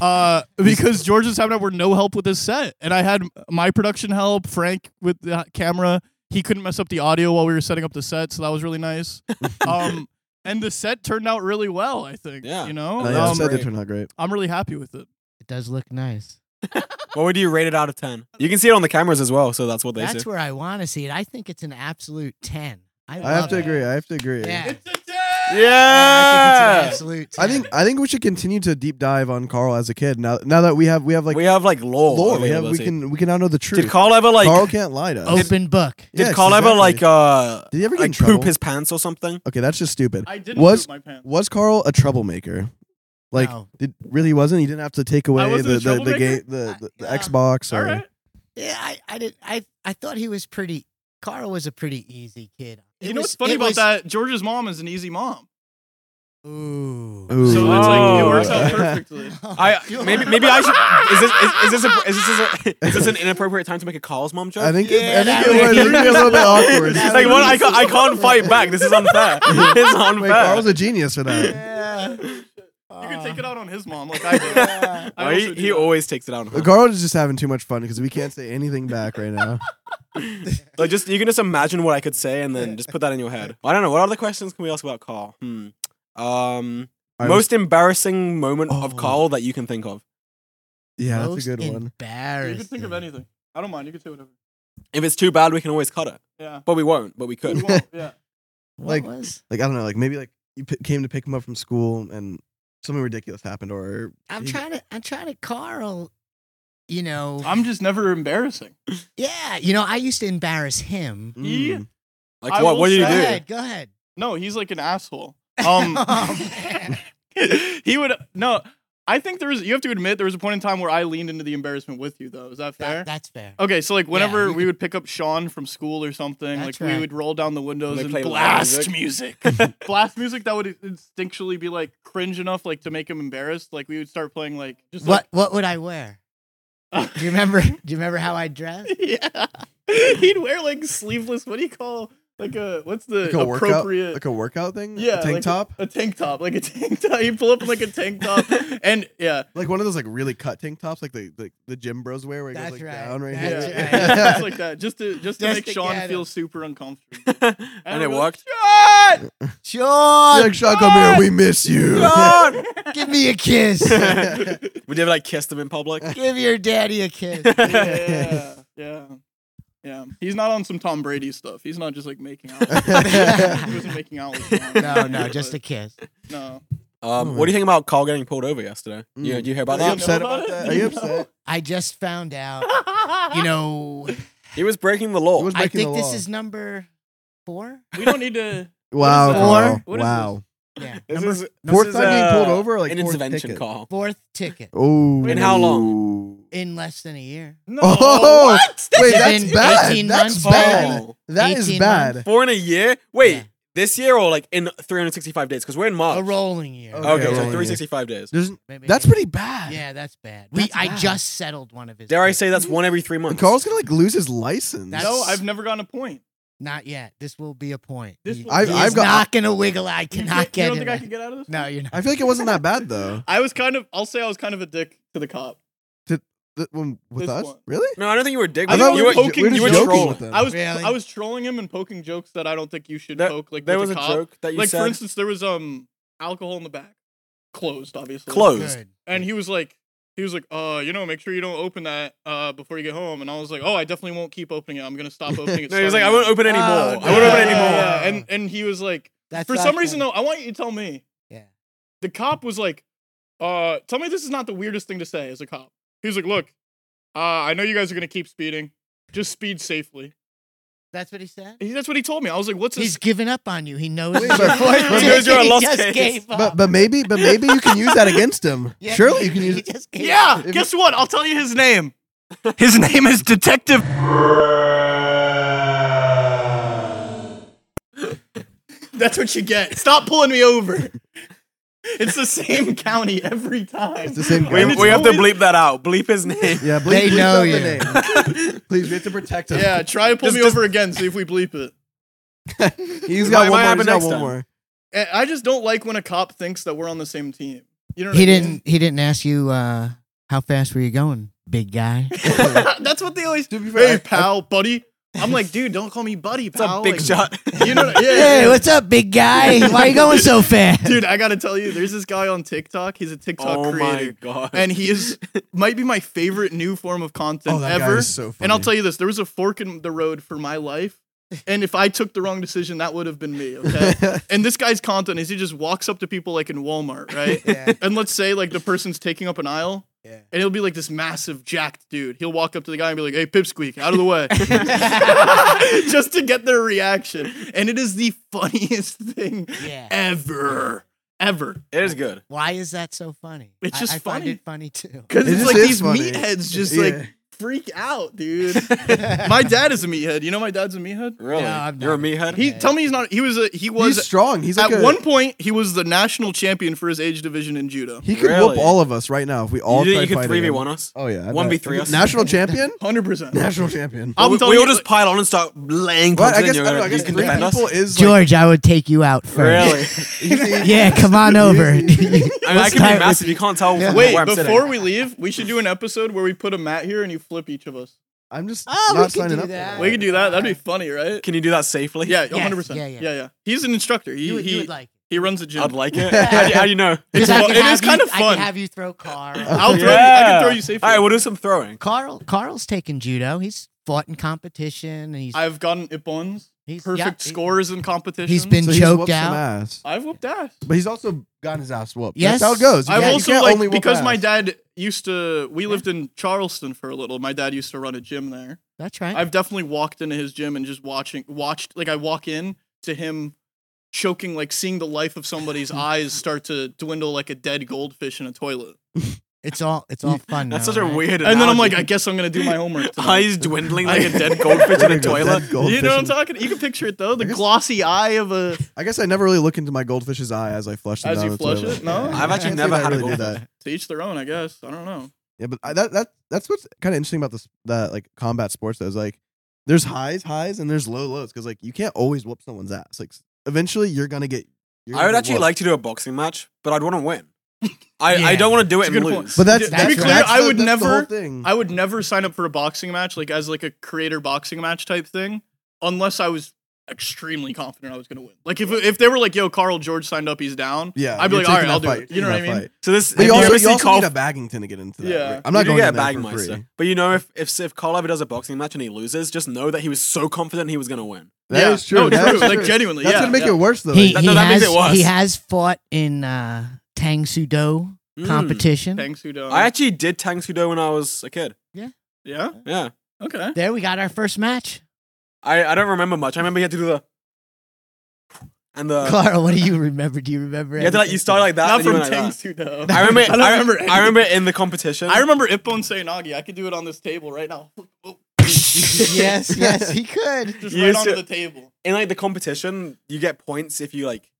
S2: uh, because George's having up were no help with this set, and I had my production help, Frank with the camera. He couldn't mess up the audio while we were setting up the set, so that was really nice. um, and the set turned out really well. I think.
S1: Yeah.
S2: You know,
S3: No, yeah,
S2: um,
S3: so
S1: great.
S3: they turned out great.
S2: I'm really happy with it.
S4: does look nice.
S1: What would you rate it out of ten? You can see it on the cameras as well, so that's what they
S4: That's
S1: say.
S4: where I want to see it. I think it's an absolute ten. I,
S3: I have
S4: love
S3: to
S4: it.
S3: agree. I have to agree.
S4: Yeah. I think
S1: yeah.
S4: it's an absolute. 10.
S3: I think I think we should continue to deep dive on Carl as a kid. Now now that we have we have like
S1: we have like lore.
S3: lore, we have we
S1: availability.
S3: can we can now know the truth.
S1: Did Carl ever like?
S3: Carl can't lie to us.
S4: open book.
S1: did
S3: Yes,
S1: Carl ever
S3: exactly.
S1: like uh
S3: Did he ever get in
S1: like
S3: trouble?
S1: poop his pants or something?
S3: okay, that's just stupid.
S2: I didn't
S3: Was-
S2: poop my pants.
S3: Was Carl a troublemaker? Like
S4: No.
S3: did really wasn't? He didn't have to take away
S2: wasn't
S3: the
S2: a
S3: the, the,
S2: troublemaker?
S3: game the, the, the
S4: Uh, yeah.
S3: Xbox
S2: All
S3: or
S2: right.
S4: Yeah, I, I did. I I thought he was pretty. Carl was a pretty easy kid.
S2: You
S4: It
S2: know
S4: was-
S2: what's funny
S4: it
S2: about
S4: was-
S2: that? George's mom is an easy mom,
S4: Ooh.
S3: Ooh.
S2: so it's like it
S1: Oh.
S2: works out perfectly.
S1: I maybe maybe I should. Is this is, is this a, is this is, a, is this an inappropriate time to make a Carl's mom joke?
S3: I think it,
S4: Yeah,
S3: I think
S4: that
S3: it
S4: would
S3: was
S4: be-
S3: it would be a little bit awkward.
S4: That
S1: like
S4: would
S1: what?
S4: be
S1: I can't, I can't fight back. This is unfair. It's unfair.
S3: Wait, Carl's a genius for that.
S4: Yeah.
S2: You can take it out on his mom, like I did.
S4: Yeah.
S1: Oh, he
S2: also do
S1: he
S2: that.
S1: always takes it out. on her.
S3: Carl is just having too much fun because we can't say anything back right now.
S1: Like just you can just imagine what I could say and then just put that in your head. I don't know. What other questions can we ask about Carl? Hmm. Um.
S3: All right,
S1: most embarrassing moment of
S3: Oh.
S1: Carl that you can think of.
S3: yeah, that's
S4: Most
S3: a good one.
S2: You
S4: Embarrassing.
S2: can think of anything. I don't mind. You can say whatever.
S1: If it's too bad, we can always cut it.
S2: Yeah.
S1: But we won't. But we
S2: You
S1: could.
S2: won't, yeah.
S4: What
S3: Like-
S4: was?
S3: Like I don't know, like maybe like you p- came to pick him up from school and something ridiculous happened, or
S4: I'm
S3: he-
S4: trying to. I'm trying to Carl. You know.
S2: I'm just never embarrassing.
S4: yeah. You know. I used to embarrass him.
S2: E-
S3: Mm.
S1: Like
S2: I
S1: what?
S2: will
S1: What do
S4: Go
S1: you
S2: say-
S1: do?
S4: ahead. Go ahead. Oh,
S2: No, he's like an asshole. Um,
S4: man.
S2: he would no. I think there was. You have to admit there was a point in time where I leaned into the embarrassment with you, though. Is that fair?
S4: That, that's fair.
S2: okay, so like
S4: Yeah,
S2: whenever
S4: you
S2: we would pick up Sean from school or something, like
S4: That's
S2: we
S4: right.
S2: would roll down the windows
S1: They
S2: and
S1: play loud
S2: blast music. blast music that would instinctually be like cringe enough, like to make him embarrassed. Like we would start playing like just
S4: What What would I wear?
S2: Like,
S4: Do you remember? do you remember how I dressed?
S2: yeah. He'd wear like sleeveless. What do you call like a what's the
S3: Like a workout-
S2: appropriate?
S3: like a workout thing, A
S2: yeah,
S3: tank
S2: like a-
S3: top,
S2: a, tank top, like a tank top. You pull up in like a tank top, and yeah,
S3: like one of those like really cut tank tops, like the the, the gym bros wear, where it
S4: That's
S3: goes like
S4: right,
S3: down right
S4: that's
S3: here.
S2: yeah,
S4: right.
S2: just like that, just to just to
S4: Just
S2: make
S4: to
S2: Sean
S4: get him.
S2: feel super uncomfortable.
S1: and it
S2: we're
S1: worked.
S2: Like, Sean,
S4: Sean,
S3: like Sean, come here, we miss you.
S1: Sean!
S4: give me a kiss.
S1: Would you ever like kiss them in public?
S4: give your daddy a kiss.
S2: yeah, yeah, yeah. He's not on some Tom Brady stuff. He's not just like making out. with Sean. he wasn't making out. With Sean.
S4: No, no, just a
S2: But,
S4: kiss.
S2: no.
S1: Um, what do you think about Carl getting pulled over yesterday? You,
S3: Mm.
S1: do you hear about
S3: Are you
S2: know
S1: that?
S3: upset
S2: about
S3: about
S2: it?
S3: that?
S2: Do
S3: Are
S2: you
S3: you
S2: know?
S3: upset?
S4: I just found out. You know,
S1: He was breaking the law.
S3: He was
S4: I
S3: breaking the
S4: think
S3: law.
S4: this is number four.
S2: we don't need to.
S3: Wow,
S2: What is
S4: that?
S3: Carl.
S2: What is
S3: wow.
S4: Yeah,
S1: This
S4: number
S1: is- this
S3: Fourth
S1: is,
S3: time being
S1: uh,
S3: pulled over, or, like
S1: an
S3: fourth
S1: intervention,
S3: ticket?
S1: Carl.
S4: fourth ticket
S3: Oh,
S1: In how long?
S4: in less than a year.
S2: No.
S3: Oh,
S2: what?
S3: Wait,
S4: It's
S3: that's
S4: been
S3: bad.
S4: 18
S3: That's
S4: months
S3: bad.
S1: Oh,
S3: That is
S4: 18
S3: bad.
S1: four in a year? Wait, uh,
S4: Yeah.
S1: this year or like in 365 days? Because we're in March.
S4: A rolling year.
S3: Okay,
S1: Okay,
S3: a
S1: so
S3: rolling year.
S1: 365 days.
S3: There's,
S4: Maybe-
S3: that's pretty bad.
S4: Yeah, that's bad. We
S3: That's
S4: I
S3: bad.
S4: just settled one of his.
S1: Dare I
S4: tickets.
S1: say that's one every three months?
S3: Carl's gonna like lose his license.
S4: That's-
S2: No, I've never gotten a point.
S4: Not yet. This will be a point.
S2: This
S4: He-
S2: will- I've-
S4: he
S3: I've
S4: is
S3: got-
S4: not gonna wiggle. I
S2: You can't- You
S4: cannot get
S2: don't
S4: in.
S2: think I
S4: there.
S2: can get out of this?
S4: No, you're not.
S3: I feel like it wasn't that bad though.
S2: I was kind of. I'll say I was kind of a dick to the cop.
S3: Th- when- with
S2: This
S3: us,
S2: one.
S3: really?
S1: No, I don't think you were a dick.
S2: I
S1: but
S2: thought
S1: you
S2: we
S1: were,
S2: were poking-
S1: you
S2: we
S1: were
S2: were
S1: trolling.
S3: with them.
S2: I was
S4: Really?
S2: I was trolling him and poking jokes that I don't think you should
S1: There-
S2: poke. Like
S1: There
S2: with
S1: was
S2: a
S1: a
S2: cop.
S1: joke that you
S2: like for
S1: said.
S2: instance, there was um alcohol in the back, closed obviously.
S1: Closed.
S4: Good.
S2: And he was like, he was like, uh, you know, make sure you don't open that uh before you get home. And I was like, oh, I definitely won't keep opening it. I'm gonna stop opening it.
S1: No, he was like,
S2: starting
S1: I won't
S2: now."
S1: open any
S4: Oh,
S1: more. I
S2: Ah,
S4: no.
S1: won't open
S2: Yeah,
S1: any
S2: yeah,
S1: more.
S2: yeah. And and he was like,
S4: That's
S2: for
S4: not
S2: some reason
S4: fair.
S2: though, I want you to tell me.
S4: Yeah.
S2: The cop was like, uh, tell me this is not the weirdest thing to say as a cop. He was like, look, uh, I know you guys are gonna keep speeding. Just speed safely.
S4: That's what he said.
S2: He- that's what he told me. I was like, what's this?
S4: He's given up on you. He knows.
S3: Wait,
S4: it's your
S3: but-
S4: fourth
S3: but
S4: ticket.
S1: those are a
S4: He
S1: lost
S4: just
S1: case.
S4: gave up.
S3: But but maybe but maybe you can use that against him.
S4: Yeah,
S3: Surely you can use
S4: he
S3: it.
S4: just gave
S2: Yeah,
S4: up.
S3: If-
S2: guess what? I'll tell you his name. His name is Detective. That's what you get. Stop pulling me over. It's the same county every time.
S3: It's the same
S2: And
S1: We,
S3: county.
S2: it's
S1: we have to
S2: always-
S1: bleep that out. Bleep his name.
S3: Yeah, please,
S4: They
S3: please
S4: know
S3: spell the
S4: you.
S3: name. please, we have to protect him.
S2: Yeah, try to pull
S1: Just-
S2: me
S1: just-
S2: over again. See if we bleep it.
S3: he's got
S1: Might- might
S3: one more.
S1: happen
S3: He's got
S1: next
S3: one
S1: time.
S3: more.
S2: I- I just don't like when a cop thinks that we're on the same team. You know what
S4: He
S2: I mean?
S4: didn't. He didn't ask you uh, how fast were you going, big guy.
S2: That's what they always do.
S3: To be fair, I-
S2: Hey, pal, buddy. I'm like, dude, don't call me buddy,
S1: It's a
S2: pal.
S1: big
S2: Like,
S1: shot.
S2: You know, yeah, yeah,
S4: Hey,
S2: yeah.
S4: what's up, big guy? Why you going so fast?
S2: dude, I gotta tell you, there's this guy on TikTok. He's a TikTok
S1: oh
S2: creator,
S1: my god.
S2: and he is might be my favorite new form of content
S3: Oh, that
S2: ever.
S3: guy is so funny.
S2: And I'll tell you this: there was a fork in the road for my life, and if I took the wrong decision, that would have been me. Okay. and this guy's content is he just walks up to people like in Walmart, right?
S4: Yeah.
S2: and let's say like the person's taking up an aisle,
S4: Yeah.
S2: and it'll be like this massive jacked dude. He'll walk up to the guy and be like, "Hey, pipsqueak, out of the way," just to get their reaction. And it is the funniest thing
S4: Yeah.
S2: ever, ever.
S1: it is good.
S4: Why is that so funny?
S2: It's
S4: I-
S2: just
S4: I find
S2: funny.
S4: it funny too.
S2: Because
S3: It
S2: it's
S3: just
S2: like
S3: is
S2: these
S3: funny.
S2: meatheads just
S3: Yeah.
S2: like freak out, dude. my dad is a meathead. You know, my dad's a meathead.
S1: Really?
S4: No, I'm
S1: You're a
S4: not.
S1: meathead?
S2: He
S4: Yeah.
S2: tell me he's not. He was a. He was
S3: he's strong. He's
S2: at
S3: like a,
S2: one point he was the national champion for his age division in judo.
S3: He could
S1: Really?
S3: whoop all of us right now if we all
S1: you, did-
S3: tried
S1: you could
S3: fighting
S1: 3v1
S3: him.
S1: us.
S3: Oh yeah, I
S1: 1v3
S3: bet.
S1: us.
S3: National champion.
S2: Hundred percent.
S3: National champion.
S2: I'm
S1: we,
S2: telling
S1: we all
S2: you,
S1: just pile on and start laying
S3: But
S1: clubs
S3: I
S1: in
S3: guess, I
S1: you,
S3: don't know, I
S1: you
S3: guess
S1: can
S3: three
S1: defend us.
S3: people is like,
S4: George, I would take you out first.
S1: Really?
S3: easy.
S4: Yeah, come on over.
S3: Easy.
S1: I mean, I
S4: Let's
S1: can be
S4: start
S1: massive. You can't tell
S3: Yeah.
S1: from
S2: Wait,
S1: where I'm
S2: before
S1: sitting.
S2: we leave, we should do an episode where we put a mat here and you flip each of us.
S3: I'm just
S4: Oh, we
S3: not
S4: could
S3: signing up.
S4: do
S3: for
S4: that.
S2: We could do that. That'd be funny, right?
S1: Can you do that safely?
S2: Yeah,
S4: Yeah,
S2: 100%.
S4: yeah,
S2: Yeah,
S4: yeah.
S2: yeah. He's an instructor. He
S4: You would,
S2: he,
S4: you would like.
S2: he runs a gym.
S1: I'd like it. how, do you, how do you know?
S2: It's
S4: I
S2: fu-
S4: could
S2: it
S4: have
S2: is
S4: you-
S2: kind of
S4: I
S2: fun.
S4: could have you throw Carl.
S2: I'll throw you, I can throw you safely.
S1: All right, we'll do some throwing.
S4: Carl. Carl's taken judo. He's fought in competition. And he's
S2: I've gotten ippons,
S4: he's yeah,
S2: perfect
S4: he-
S2: scores in competition.
S4: He's been
S3: So he's
S4: choked
S3: whooped some
S4: out.
S3: ass.
S2: I've whooped ass.
S3: But he's also gotten his ass whooped.
S4: Yes.
S3: That's how it goes. You
S2: I've
S3: can't- you
S2: also
S3: can't
S2: like
S3: only whoop
S2: because my
S3: ass.
S2: dad used to. We lived in Charleston for a little. My dad used to run a gym there.
S4: That's right.
S2: I've definitely walked into his gym and just watching, watched like I walk in to him choking, like seeing the life of somebody's eyes start to dwindle like a dead goldfish in a toilet.
S4: it's all it's all fun.
S1: That's
S4: now,
S1: such a
S4: right?
S1: weird.
S2: And then I'm like,
S1: analogy.
S2: I guess I'm gonna do my homework. tonight.
S1: eyes dwindling like a dead
S3: There
S1: goldfish in
S3: you
S1: a
S3: go,
S1: toilet.
S3: dead
S2: You know what I'm
S3: goldfish.
S2: talking? You can picture it though. The
S3: I guess-
S2: glossy eye of a.
S3: I guess I never really look into my goldfish's eye as I flush them
S2: As
S3: down
S2: you
S3: the
S2: flush
S3: toilet.
S2: it? No?
S3: Yeah.
S1: I've actually
S3: I
S1: never
S3: think I
S1: had a
S3: really do that.
S2: To each their own, I guess. I don't know.
S3: Yeah, but I, that that that's what's kind of interesting about this that like combat sports though is like there's highs highs and there's low lows because like you can't always whoop someone's ass. Like s- eventually you're gonna get. You're
S1: I
S3: gonna
S1: would
S3: get
S1: actually
S3: whooped.
S1: like to do a boxing match, but I'd want to win. I,
S4: Yeah.
S1: I don't want to do
S2: It's
S1: it
S2: a
S1: and
S2: good point.
S1: lose.
S3: But that's,
S2: To be
S3: that's
S2: clear,
S3: that's
S2: I
S3: the-
S2: would
S3: that's The whole
S2: never-
S3: thing.
S2: I would never sign up for a boxing match, like as like a creator boxing match type thing, unless I was extremely confident I was gonna win. Like if if they were like, "Yo, Carl George signed up, he's down."
S3: yeah,
S2: I'd be
S3: you're
S2: like, "All right,
S3: taking
S2: I'll
S3: that
S2: do
S3: fight,
S2: it." You know what I
S3: taking that
S2: mean?
S3: fight.
S1: So this,
S3: But
S1: if
S3: you
S1: you
S3: also,
S1: ever
S3: you
S1: see
S3: also
S1: Carl,
S3: need a Baggington to get into that.
S2: Yeah.
S3: right? I'm not
S1: you do
S3: going
S1: get a
S3: in there
S1: bag
S3: for free.
S1: meister. But you know, if, if if Carl ever does a boxing match and he loses, just know that he was so confident he was gonna win.
S3: That
S2: Yeah.
S3: is true.
S2: No,
S3: that is
S2: true. Like
S3: true.
S2: genuinely,
S3: That's
S2: yeah,
S3: gonna make
S2: yeah.
S3: it worse though.
S4: He,
S1: That-
S4: he
S1: no, that
S4: has,
S1: means it was.
S4: He has fought in uh, Tang Sudo
S1: Mm.
S4: competition.
S2: Thanks, Udo.
S1: I actually did Tang Sudo when I was a kid.
S2: yeah.
S1: Yeah.
S2: Okay.
S4: There we got our first match.
S1: I, I don't remember much. I remember you had to do the and the
S4: Carl, what do you remember? Do you remember?
S1: Uh, you had to like you start like that.
S2: Not
S1: then you
S2: from
S1: went like
S2: Tang
S1: that.
S2: Sudo.
S1: I remember.
S2: I don't
S1: I
S2: remember.
S1: remember. I remember in the competition.
S2: I remember Ippon Sayanagi. I could do it on this table right now.
S4: everything? yes, yes, he could.
S2: Just
S1: You
S2: right
S1: used
S2: onto
S1: to-
S2: the table.
S1: in like the competition, you get points if you like,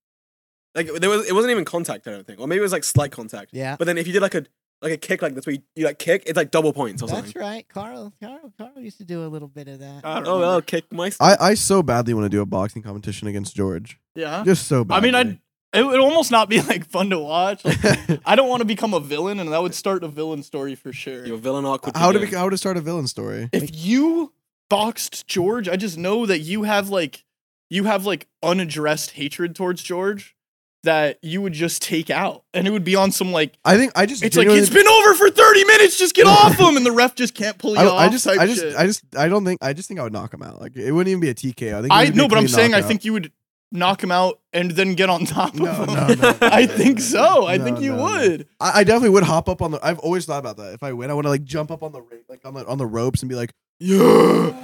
S1: like there was it wasn't even contact. I don't think, or maybe it was like slight contact.
S4: Yeah.
S1: But then if you did like a like a kick like this, where you, you like kick, it's like double points or
S4: That's
S1: something.
S4: right. Carl, Carl, Carl used to do a little bit of that.
S2: I don't
S1: Oh,
S2: remember.
S1: well, kick my.
S3: I, I so badly want to do a boxing competition against George.
S2: Yeah.
S3: Just so
S2: I
S3: badly.
S2: mean, I'd. It would almost not be like fun to watch. Like, I don't want to become a villain, and that would start a villain story for sure.
S1: Your villain arc. would
S3: how to
S1: begin.
S3: be, how to start a villain story.
S2: if you boxed George, I just know that you have like you have like unaddressed hatred towards George that you would just take out, and it would be on some like
S3: I think I just
S2: it's like
S3: genuinely-
S2: it's been over for thirty minutes, just get off him, and the ref just can't pull you
S3: I, don't-
S2: off.
S3: I just,
S2: type
S3: I just,
S2: shit.
S3: I just, I don't think, I just think I would knock him out. Like it wouldn't even be a TKO. I think. it
S2: I
S3: would be a
S2: no, but I'm
S3: clean
S2: saying I
S3: knockout.
S2: think you would knock him out and then get on top
S3: No,
S2: of him.
S3: no, no, no,
S2: I
S3: no,
S2: think
S3: no,
S2: so. I
S3: no,
S2: think you
S3: no, no.
S2: would.
S3: I, I definitely would hop up on the. I've always thought about that. If I win, I want to like jump up on the ra- like on the on the ropes and be like,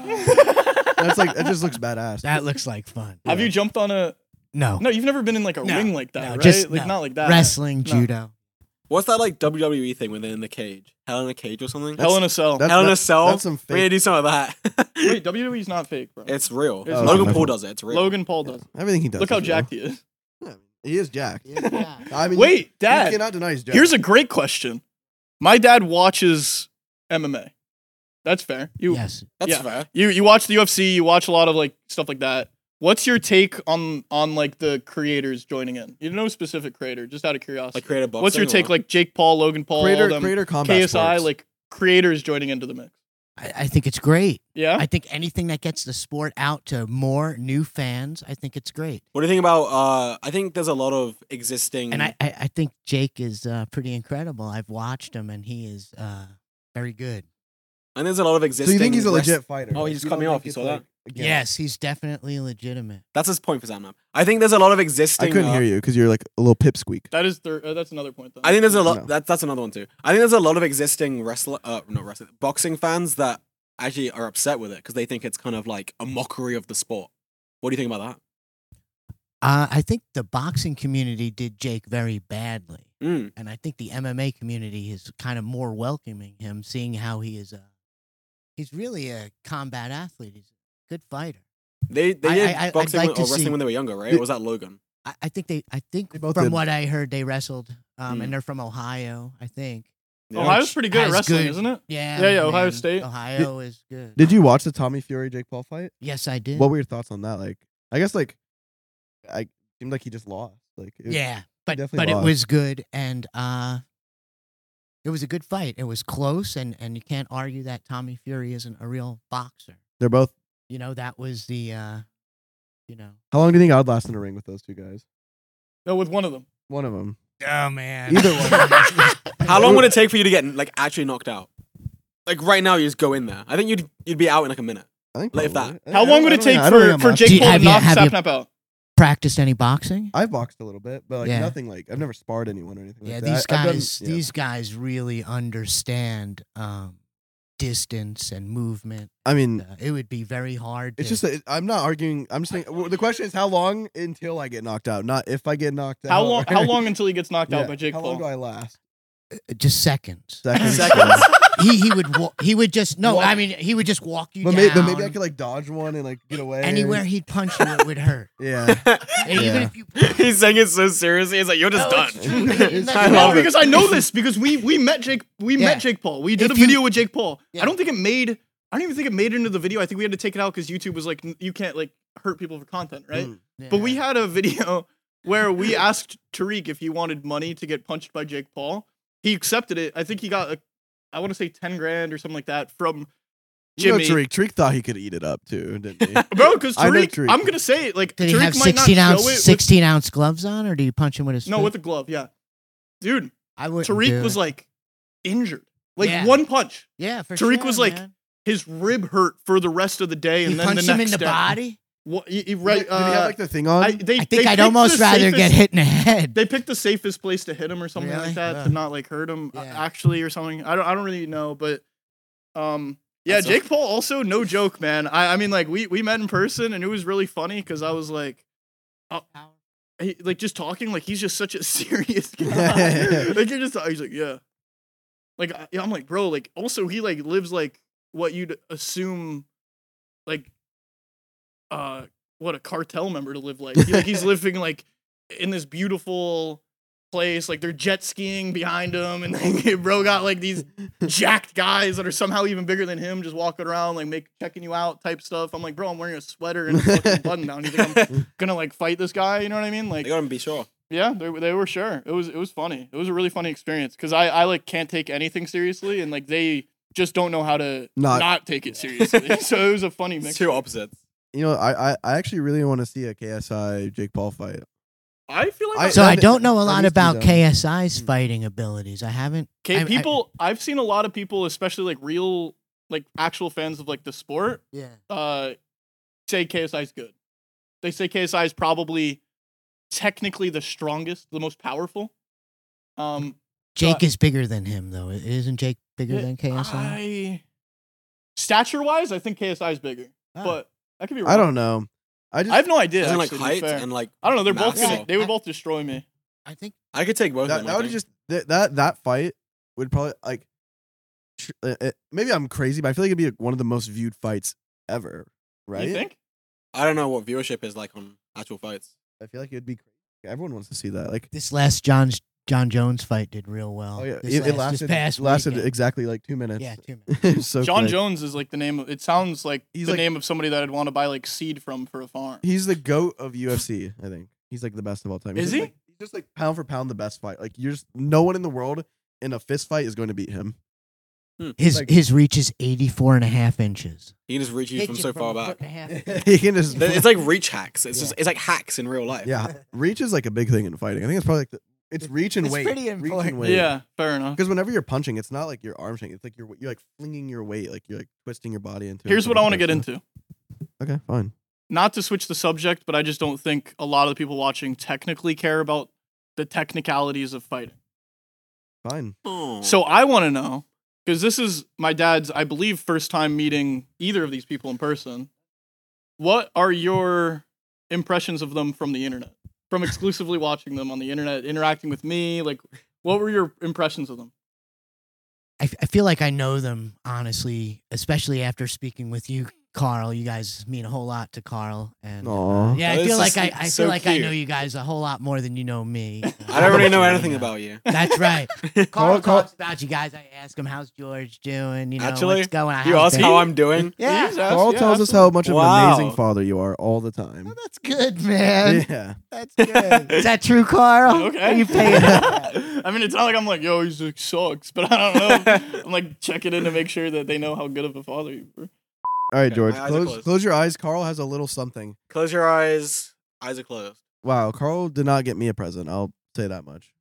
S3: that's like that just looks badass.
S4: That looks like fun.
S2: Have you jumped on a?
S4: No.
S2: No, you've never been in like a
S4: No,
S2: ring like that,
S4: no,
S2: right?
S4: just-
S2: like
S4: no.
S2: not like that.
S4: Wrestling,
S2: No.
S4: judo.
S1: What's that like WWE thing within the cage? Hell in a cage or something?
S2: Hell in a cell.
S3: That's-
S1: Hell in a
S3: that-
S1: cell?
S3: That's some
S1: We need to
S3: fake.
S1: do some of that.
S2: Wait, WWE's not fake, bro.
S1: it's real.
S2: It's
S1: Logan
S3: real.
S1: Paul does it. It's real.
S2: Logan Paul does.
S3: Everything he does.
S2: Look how
S3: is real.
S2: jacked he is.
S3: Yeah, he is jacked.
S4: Yeah.
S3: I mean, you-
S2: Wait,
S3: you
S2: Dad.
S3: cannot deny he's jacked.
S2: Here's a great question. My dad watches MMA. That's fair. You
S4: yes.
S1: That's
S2: Yeah.
S1: fair.
S2: you you watch the UFC. You watch a lot of like stuff like that. What's your take on on like the creators joining in? You know, specific creator, just out of curiosity.
S1: Like creative boxing.
S2: What's your take,
S1: or-
S2: like Jake Paul, Logan Paul, all
S3: creator,
S2: them
S3: creator combat
S2: KSI,
S3: sports.
S2: like creators joining into the mix?
S4: I, I think it's great.
S2: Yeah.
S4: I think anything that gets the sport out to more new fans, I think it's great.
S1: What do you think about? Uh, I think there's a lot of existing.
S4: And I,
S3: Mm-hmm.
S4: I, I think Jake is uh, pretty incredible. I've watched him, and he is uh, very good.
S1: and there's a lot of existing.
S3: So you think he's a
S1: rest-
S3: legit fighter?
S1: Oh, he
S3: Like,
S1: just
S3: you
S1: cut
S3: don't
S1: me
S3: think
S1: off, you
S3: it's
S1: saw
S3: like a gimmick?
S4: Yes, he's definitely legitimate.
S1: That's his point for Zamnap. I think there's a lot of existing.
S3: I couldn't
S1: uh,
S3: hear you because you're like a little pipsqueak.
S2: That is thir- uh, that's another point though.
S1: I think there's a lot.
S3: No.
S1: That's that's another one too. I think there's a lot of existing wrestler, uh, not wrestler, boxing fans that actually are upset with it because they think it's kind of like a mockery of the sport. What do you think about
S4: Uh, I think the boxing community did Jake very badly.
S1: that? Mm.
S4: and I think the MMA community is kind of more welcoming him, seeing how he is a he's really a combat athlete. He's a good fighter.
S1: They they
S4: I-
S1: did
S4: I- I'd
S1: boxing
S4: like
S1: when-
S4: to
S1: or wrestling
S4: see-
S1: when they were younger, right?
S3: Did-
S1: Or was that Logan?
S4: I, I think they I think
S3: They
S4: from
S3: both did. Mm-hmm.
S4: what I heard they wrestled, um,
S1: Mm.
S4: and they're from Ohio, I think.
S1: Yeah.
S2: Ohio's pretty good at
S4: As
S2: wrestling,
S4: good.
S2: isn't it?
S4: Yeah,
S2: Yeah, yeah, Ohio State.
S4: Ohio is good.
S3: Did you watch the Tommy Fury Jake Paul fight?
S4: Yes, I did.
S3: What were your thoughts on that? Like, I guess like, I seemed like he just lost. Like, it-
S4: yeah, but
S3: definitely
S4: but
S3: lost.
S4: it was good, and uh, it was a good fight. It was close, and and you can't argue that Tommy Fury isn't a real boxer.
S3: they're both.
S4: You know that was the, uh, you know.
S3: How long do you think I'd last in a ring with those two guys?
S2: No, with one of them.
S3: One of them.
S4: Oh man.
S3: Either one.
S1: How long would it take for you to get like actually knocked out? Like right now, you just go in there. I think you'd you'd be out in like a minute.
S3: I think
S1: Like that.
S3: probably. I- I
S2: How
S3: don't-
S2: long would
S3: I
S2: it
S3: don't
S2: take
S3: know. I don't
S2: for,
S3: think I'm
S2: for
S3: boxing.
S2: Jake
S4: Do you-
S2: Paul to
S4: have you-
S2: knock
S4: have you-
S2: Sapnap out?
S4: practiced any boxing?
S3: I've boxed a little bit, but like
S4: Yeah.
S3: nothing like I've never sparred anyone or anything.
S4: yeah,
S3: like
S4: these
S3: that. I- I've done-
S4: guys,
S3: yeah.
S4: these guys really understand um, distance and movement.
S3: I mean,
S4: Uh, it would be very hard.
S3: Hmm. It's
S4: to-
S3: just that it- I'm not arguing. I'm just saying well, the question is how long until I get knocked out, not if I get knocked out.
S2: How long? How long
S3: Yeah,
S2: until he gets knocked out by Jake
S3: How long do
S2: Paul?
S3: I last?
S4: uh, just seconds.
S3: Seconds.
S1: Seconds.
S4: he he would wa- he would just no.
S3: Walk-
S4: I mean, he would just walk you
S3: but,
S4: down.
S3: may, but maybe I could like dodge one and like get away.
S4: anywhere he'd punch you, it would hurt.
S3: Yeah.
S4: And Even
S3: Yeah.
S4: if you
S1: He's saying it so seriously. It's like you're just
S4: No,
S1: done.
S4: it's true.
S3: It's
S1: I
S2: No,
S1: love it.
S2: because I know this because we we met Jake we
S4: Yeah.
S2: met Jake Paul. We did
S4: If
S2: a
S4: you-
S2: video with Jake Paul.
S4: Yeah.
S2: I don't think it made. I don't even think it made it into the video. I think we had to take it out because YouTube was like, "N- you can't like hurt people for content, right?
S3: Mm.
S2: But we had a video where we asked Tariq if he wanted money to get punched by Jake Paul. He accepted it. I think he got a, I want to say ten grand or something like that from
S3: You know,
S2: Jimmy.
S3: Tariq. Tariq thought he could eat it up too, didn't he?
S2: Bro, because
S3: I know
S2: Tariq,
S3: Tariq.
S2: I'm gonna say it like
S4: did
S2: Tariq
S4: he have
S2: might
S4: sixteen
S2: not
S4: ounce
S2: show it. with-
S4: sixteen ounce gloves on, or do you punch him with his
S2: no, with a glove, yeah. Dude,
S4: I would.
S2: Tariq was like injured. Like
S4: Yeah.
S2: one punch.
S4: yeah. For
S2: Tariq was
S4: sure,
S2: like-
S4: man.
S2: His rib hurt for the rest of the day, and
S4: he
S2: then
S4: punched
S2: the
S4: him
S2: next
S4: in the
S2: day.
S4: body.
S2: What, he- he- right?
S3: Did he have
S2: uh,
S3: like the thing on?
S2: I, they,
S4: I
S2: they
S4: think I'd
S2: picked
S4: almost
S2: the
S4: rather get
S2: safest-
S4: hit in the head.
S2: They picked the safest place to hit him or something
S4: Really?
S2: like that
S4: Yeah.
S2: to not like hurt him uh,
S4: Yeah.
S2: actually or something. I don't I don't really know, but um yeah,
S1: That's a-
S2: Jake Paul also no joke, man. I I mean like we we met in person and it was really funny cuz I was like he, like just talking like he's just such a serious guy. like you're just he's like yeah. Like I, I'm like bro, like also he like lives like what you'd assume like uh what a cartel member to live like. He- like he's living like in this beautiful place. Like they're jet skiing behind him, and like, bro got like these jacked guys that are somehow even bigger than him, just walking around like make checking you out type stuff. I'm like, bro, I'm wearing a sweater and a fucking button down. You think I'm gonna like fight this guy? You know what I mean? Like,
S1: they gotta be sure.
S2: yeah, they, they were sure. It was it was funny. It was a really funny experience because I I like can't take anything seriously, and like they just don't know how to
S3: Not-
S2: not, take it seriously. so it was a funny
S1: It's
S2: mix.
S1: two opposites.
S3: you know, I, I I actually really want to see a KSI Jake Paul fight.
S2: I feel like
S3: I-
S4: So
S3: that
S4: I
S3: is-
S4: don't know a
S3: that
S4: lot
S3: is
S4: about
S3: pretty
S4: KSI's
S3: Mm.
S4: fighting abilities. I haven't.
S2: Okay,
S4: I- I-
S2: people. I, have seen a lot of people, especially like real, like actual fans of like the sport,
S4: Yeah.
S2: uh, say KSI is good. They say KSI is probably technically the strongest, the most powerful. Um,
S4: Jake is bigger than him, though. I- Isn't Jake bigger than KSI?
S2: I stature wise, I think KSI is bigger,
S4: Ah.
S2: but I could be wrong.
S3: I don't know. I just
S2: I have no idea.
S1: Isn't like
S2: actually, to be
S1: height
S2: fair.
S1: and like
S2: I don't know. They're both.
S1: mass,
S2: Gonna,
S1: so-
S2: They would both destroy me.
S4: I think
S1: I could take both.
S3: that,
S1: of them,
S3: that
S1: I
S3: would
S1: think.
S3: just that, that that fight would probably like tr- uh, uh, maybe I'm crazy, but I feel like it'd be like, one of the most viewed fights ever, right?
S2: You think?
S1: I don't know what viewership is like on actual fights.
S3: I feel like it'd be crazy. Everyone wants to see that. Like,
S4: this last John John Jones fight did real well.
S3: oh yeah,
S4: This
S3: it, it
S4: last- this
S3: lasted
S4: past
S3: lasted
S4: weekend.
S3: exactly like two minutes.
S4: Yeah, two minutes.
S3: It was so
S2: John
S3: quick.
S2: Jones is like the name. Of, it sounds like
S3: He's
S2: the
S3: like-
S2: name of somebody that I'd want to buy like seed from for a farm.
S3: He's the goat of UFC. I think he's like the best of all time. He's
S2: Is
S3: just,
S2: he?
S3: like- he's just like pound for pound the best fight. Like you're just, no one in the world in a fist fight is going to beat him.
S1: Hmm.
S4: His
S3: Like-
S4: his reach is 84 and a half inches.
S1: He can just reach you
S4: Hit
S1: from
S4: you
S1: so far
S4: a
S1: back.
S4: foot and a half.
S3: he can just.
S1: Th- It's like reach hacks. It's
S4: Yeah.
S1: just it's like hacks in real life.
S3: yeah, reach is like a big thing in fighting. I think it's probably like the, it's reach and
S4: It's
S3: weight.
S4: pretty
S3: Reach
S4: important.
S3: and weight.
S5: Yeah, fair enough.
S3: Because whenever you're punching, it's not like your arm shaking. It's like you're you're like flinging your weight, like you're like twisting your body into. it.
S5: Here's what I want to get into.
S3: Okay, fine.
S5: Not to switch the subject, but I just don't think a lot of the people watching technically care about the technicalities of fighting.
S3: Fine.
S1: Oh.
S5: So I want to know because this is my dad's, I believe, first time meeting either of these people in person. What are your impressions of them from the internet? From exclusively watching them on the internet, interacting with me, like, what were your impressions of them?
S4: I, f- I feel like I know them honestly, especially after speaking with you, Carl. You guys mean a whole lot to Carl, and uh,
S3: Aw.
S4: yeah, I
S1: This
S4: feel
S1: is
S4: like I,
S1: so-
S4: I
S1: so
S4: feel like I know
S1: cute.
S4: you guys a whole lot more than you know me.
S1: I don't really know anything about you.
S4: That's right.
S3: Carl-
S4: Carl
S3: Carl-
S4: talks about you guys. I ask him, "How's George doing? You know,
S1: Actually,
S4: what's going on?"
S1: You
S4: How's
S1: ask
S4: Ben?"
S1: how I'm doing.
S4: Yeah.
S5: Please ask,
S3: Carl
S5: yeah,
S3: tells us how much of an
S1: Wow.
S3: amazing father you are all the time.
S4: Well, Oh, that's good, man.
S3: yeah.
S4: That's good. Is that true, Carl?
S5: absolutely.
S4: Oh, Are
S5: Okay.
S4: you paying?
S5: I mean, it's not like I'm like, yo, he's like sucks, but I don't know. I'm like checking in to make sure that they know how good of a father you were.
S3: All right,
S1: Okay,
S3: George.
S1: my eyes are
S3: Close,
S1: closed.
S3: close your eyes. Carl has a little something.
S1: Close your eyes. Eyes are closed.
S3: Wow. Carl did not get me a present. I'll say that much.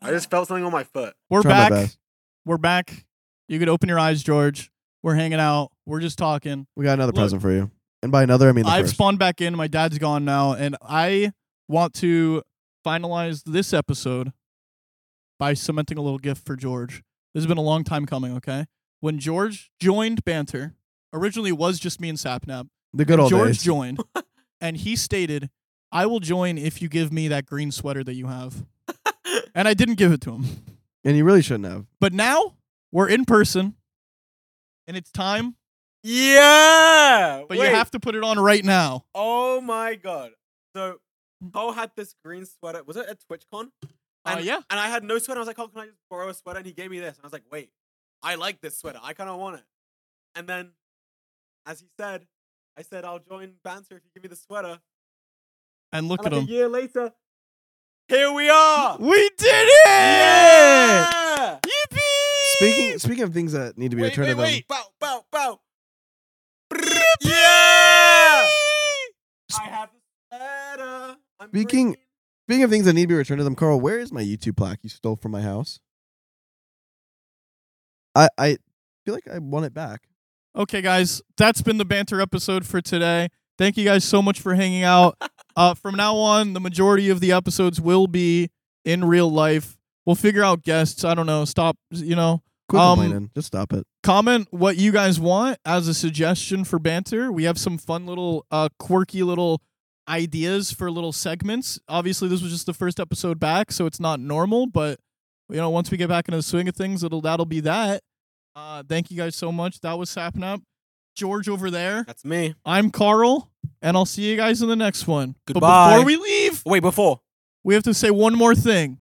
S1: I just felt something on my foot.
S2: We're
S3: Try my
S2: back.
S3: best.
S2: We're back. You could open your eyes, George. We're hanging out. We're just talking.
S3: We got another
S2: Look.
S3: present for you. And by another, I mean the
S2: I've
S3: first.
S2: spawned back in. My dad's gone now, and I want to finalize this episode by cementing a little gift for George. This has been a long time coming. Okay, when George joined Banter, originally it was just me and Sapnap.
S3: the good old
S2: George
S3: days.
S2: joined, and he stated, "I will join if you give me that green sweater that you have." and I didn't give it to him.
S3: and you really shouldn't have.
S2: But now we're in person, and it's time.
S1: Yeah.
S2: But you have to put it on right now.
S1: Oh my god. So Cole had this green sweater. Was it at TwitchCon?
S2: Mm. Uh,
S1: And,
S2: yeah.
S1: And I had no sweater. I was like, Cole, can I just borrow a sweater? And he gave me this. And I was like, wait, I like this sweater. I kind of want it. And then, as he said, I said, I'll join Banter if you give me the sweater.
S2: And look
S1: and
S2: at
S1: like
S2: him.
S1: a year later, here we are.
S2: We did it!
S1: Yeah!
S2: Yippee!
S3: Speaking speaking of things that need to be
S1: Wait,
S3: returned
S1: wait,
S3: to them.
S1: wait. Bow, bow, bow. Yeah! I have a sweater. I'm
S3: Speaking-
S1: green.
S3: Speaking of things that need to be returned to them, Carl, where is my YouTube plaque you stole from my house? I I feel like I want it back.
S2: Okay, guys, that's been the banter episode for today. Thank you guys so much for hanging out. Uh, from now on, the majority of the episodes will be in real life. We'll figure out guests. I don't know. Stop. You know,
S3: Quit
S2: Um,
S3: complaining. Just stop it.
S2: comment what you guys want as a suggestion for banter. We have some fun little uh quirky little ideas for little segments. Obviously this was just the first episode back, so it's not normal, but you know, once we get back into the swing of things, it'll that'll be that. Uh thank you guys so much. That was Sapnap. George over there.
S1: That's me.
S2: I'm Carl, and I'll see you guys in the next one.
S1: Goodbye.
S2: But before we leave,
S1: Wait, before.
S2: we have to say one more thing.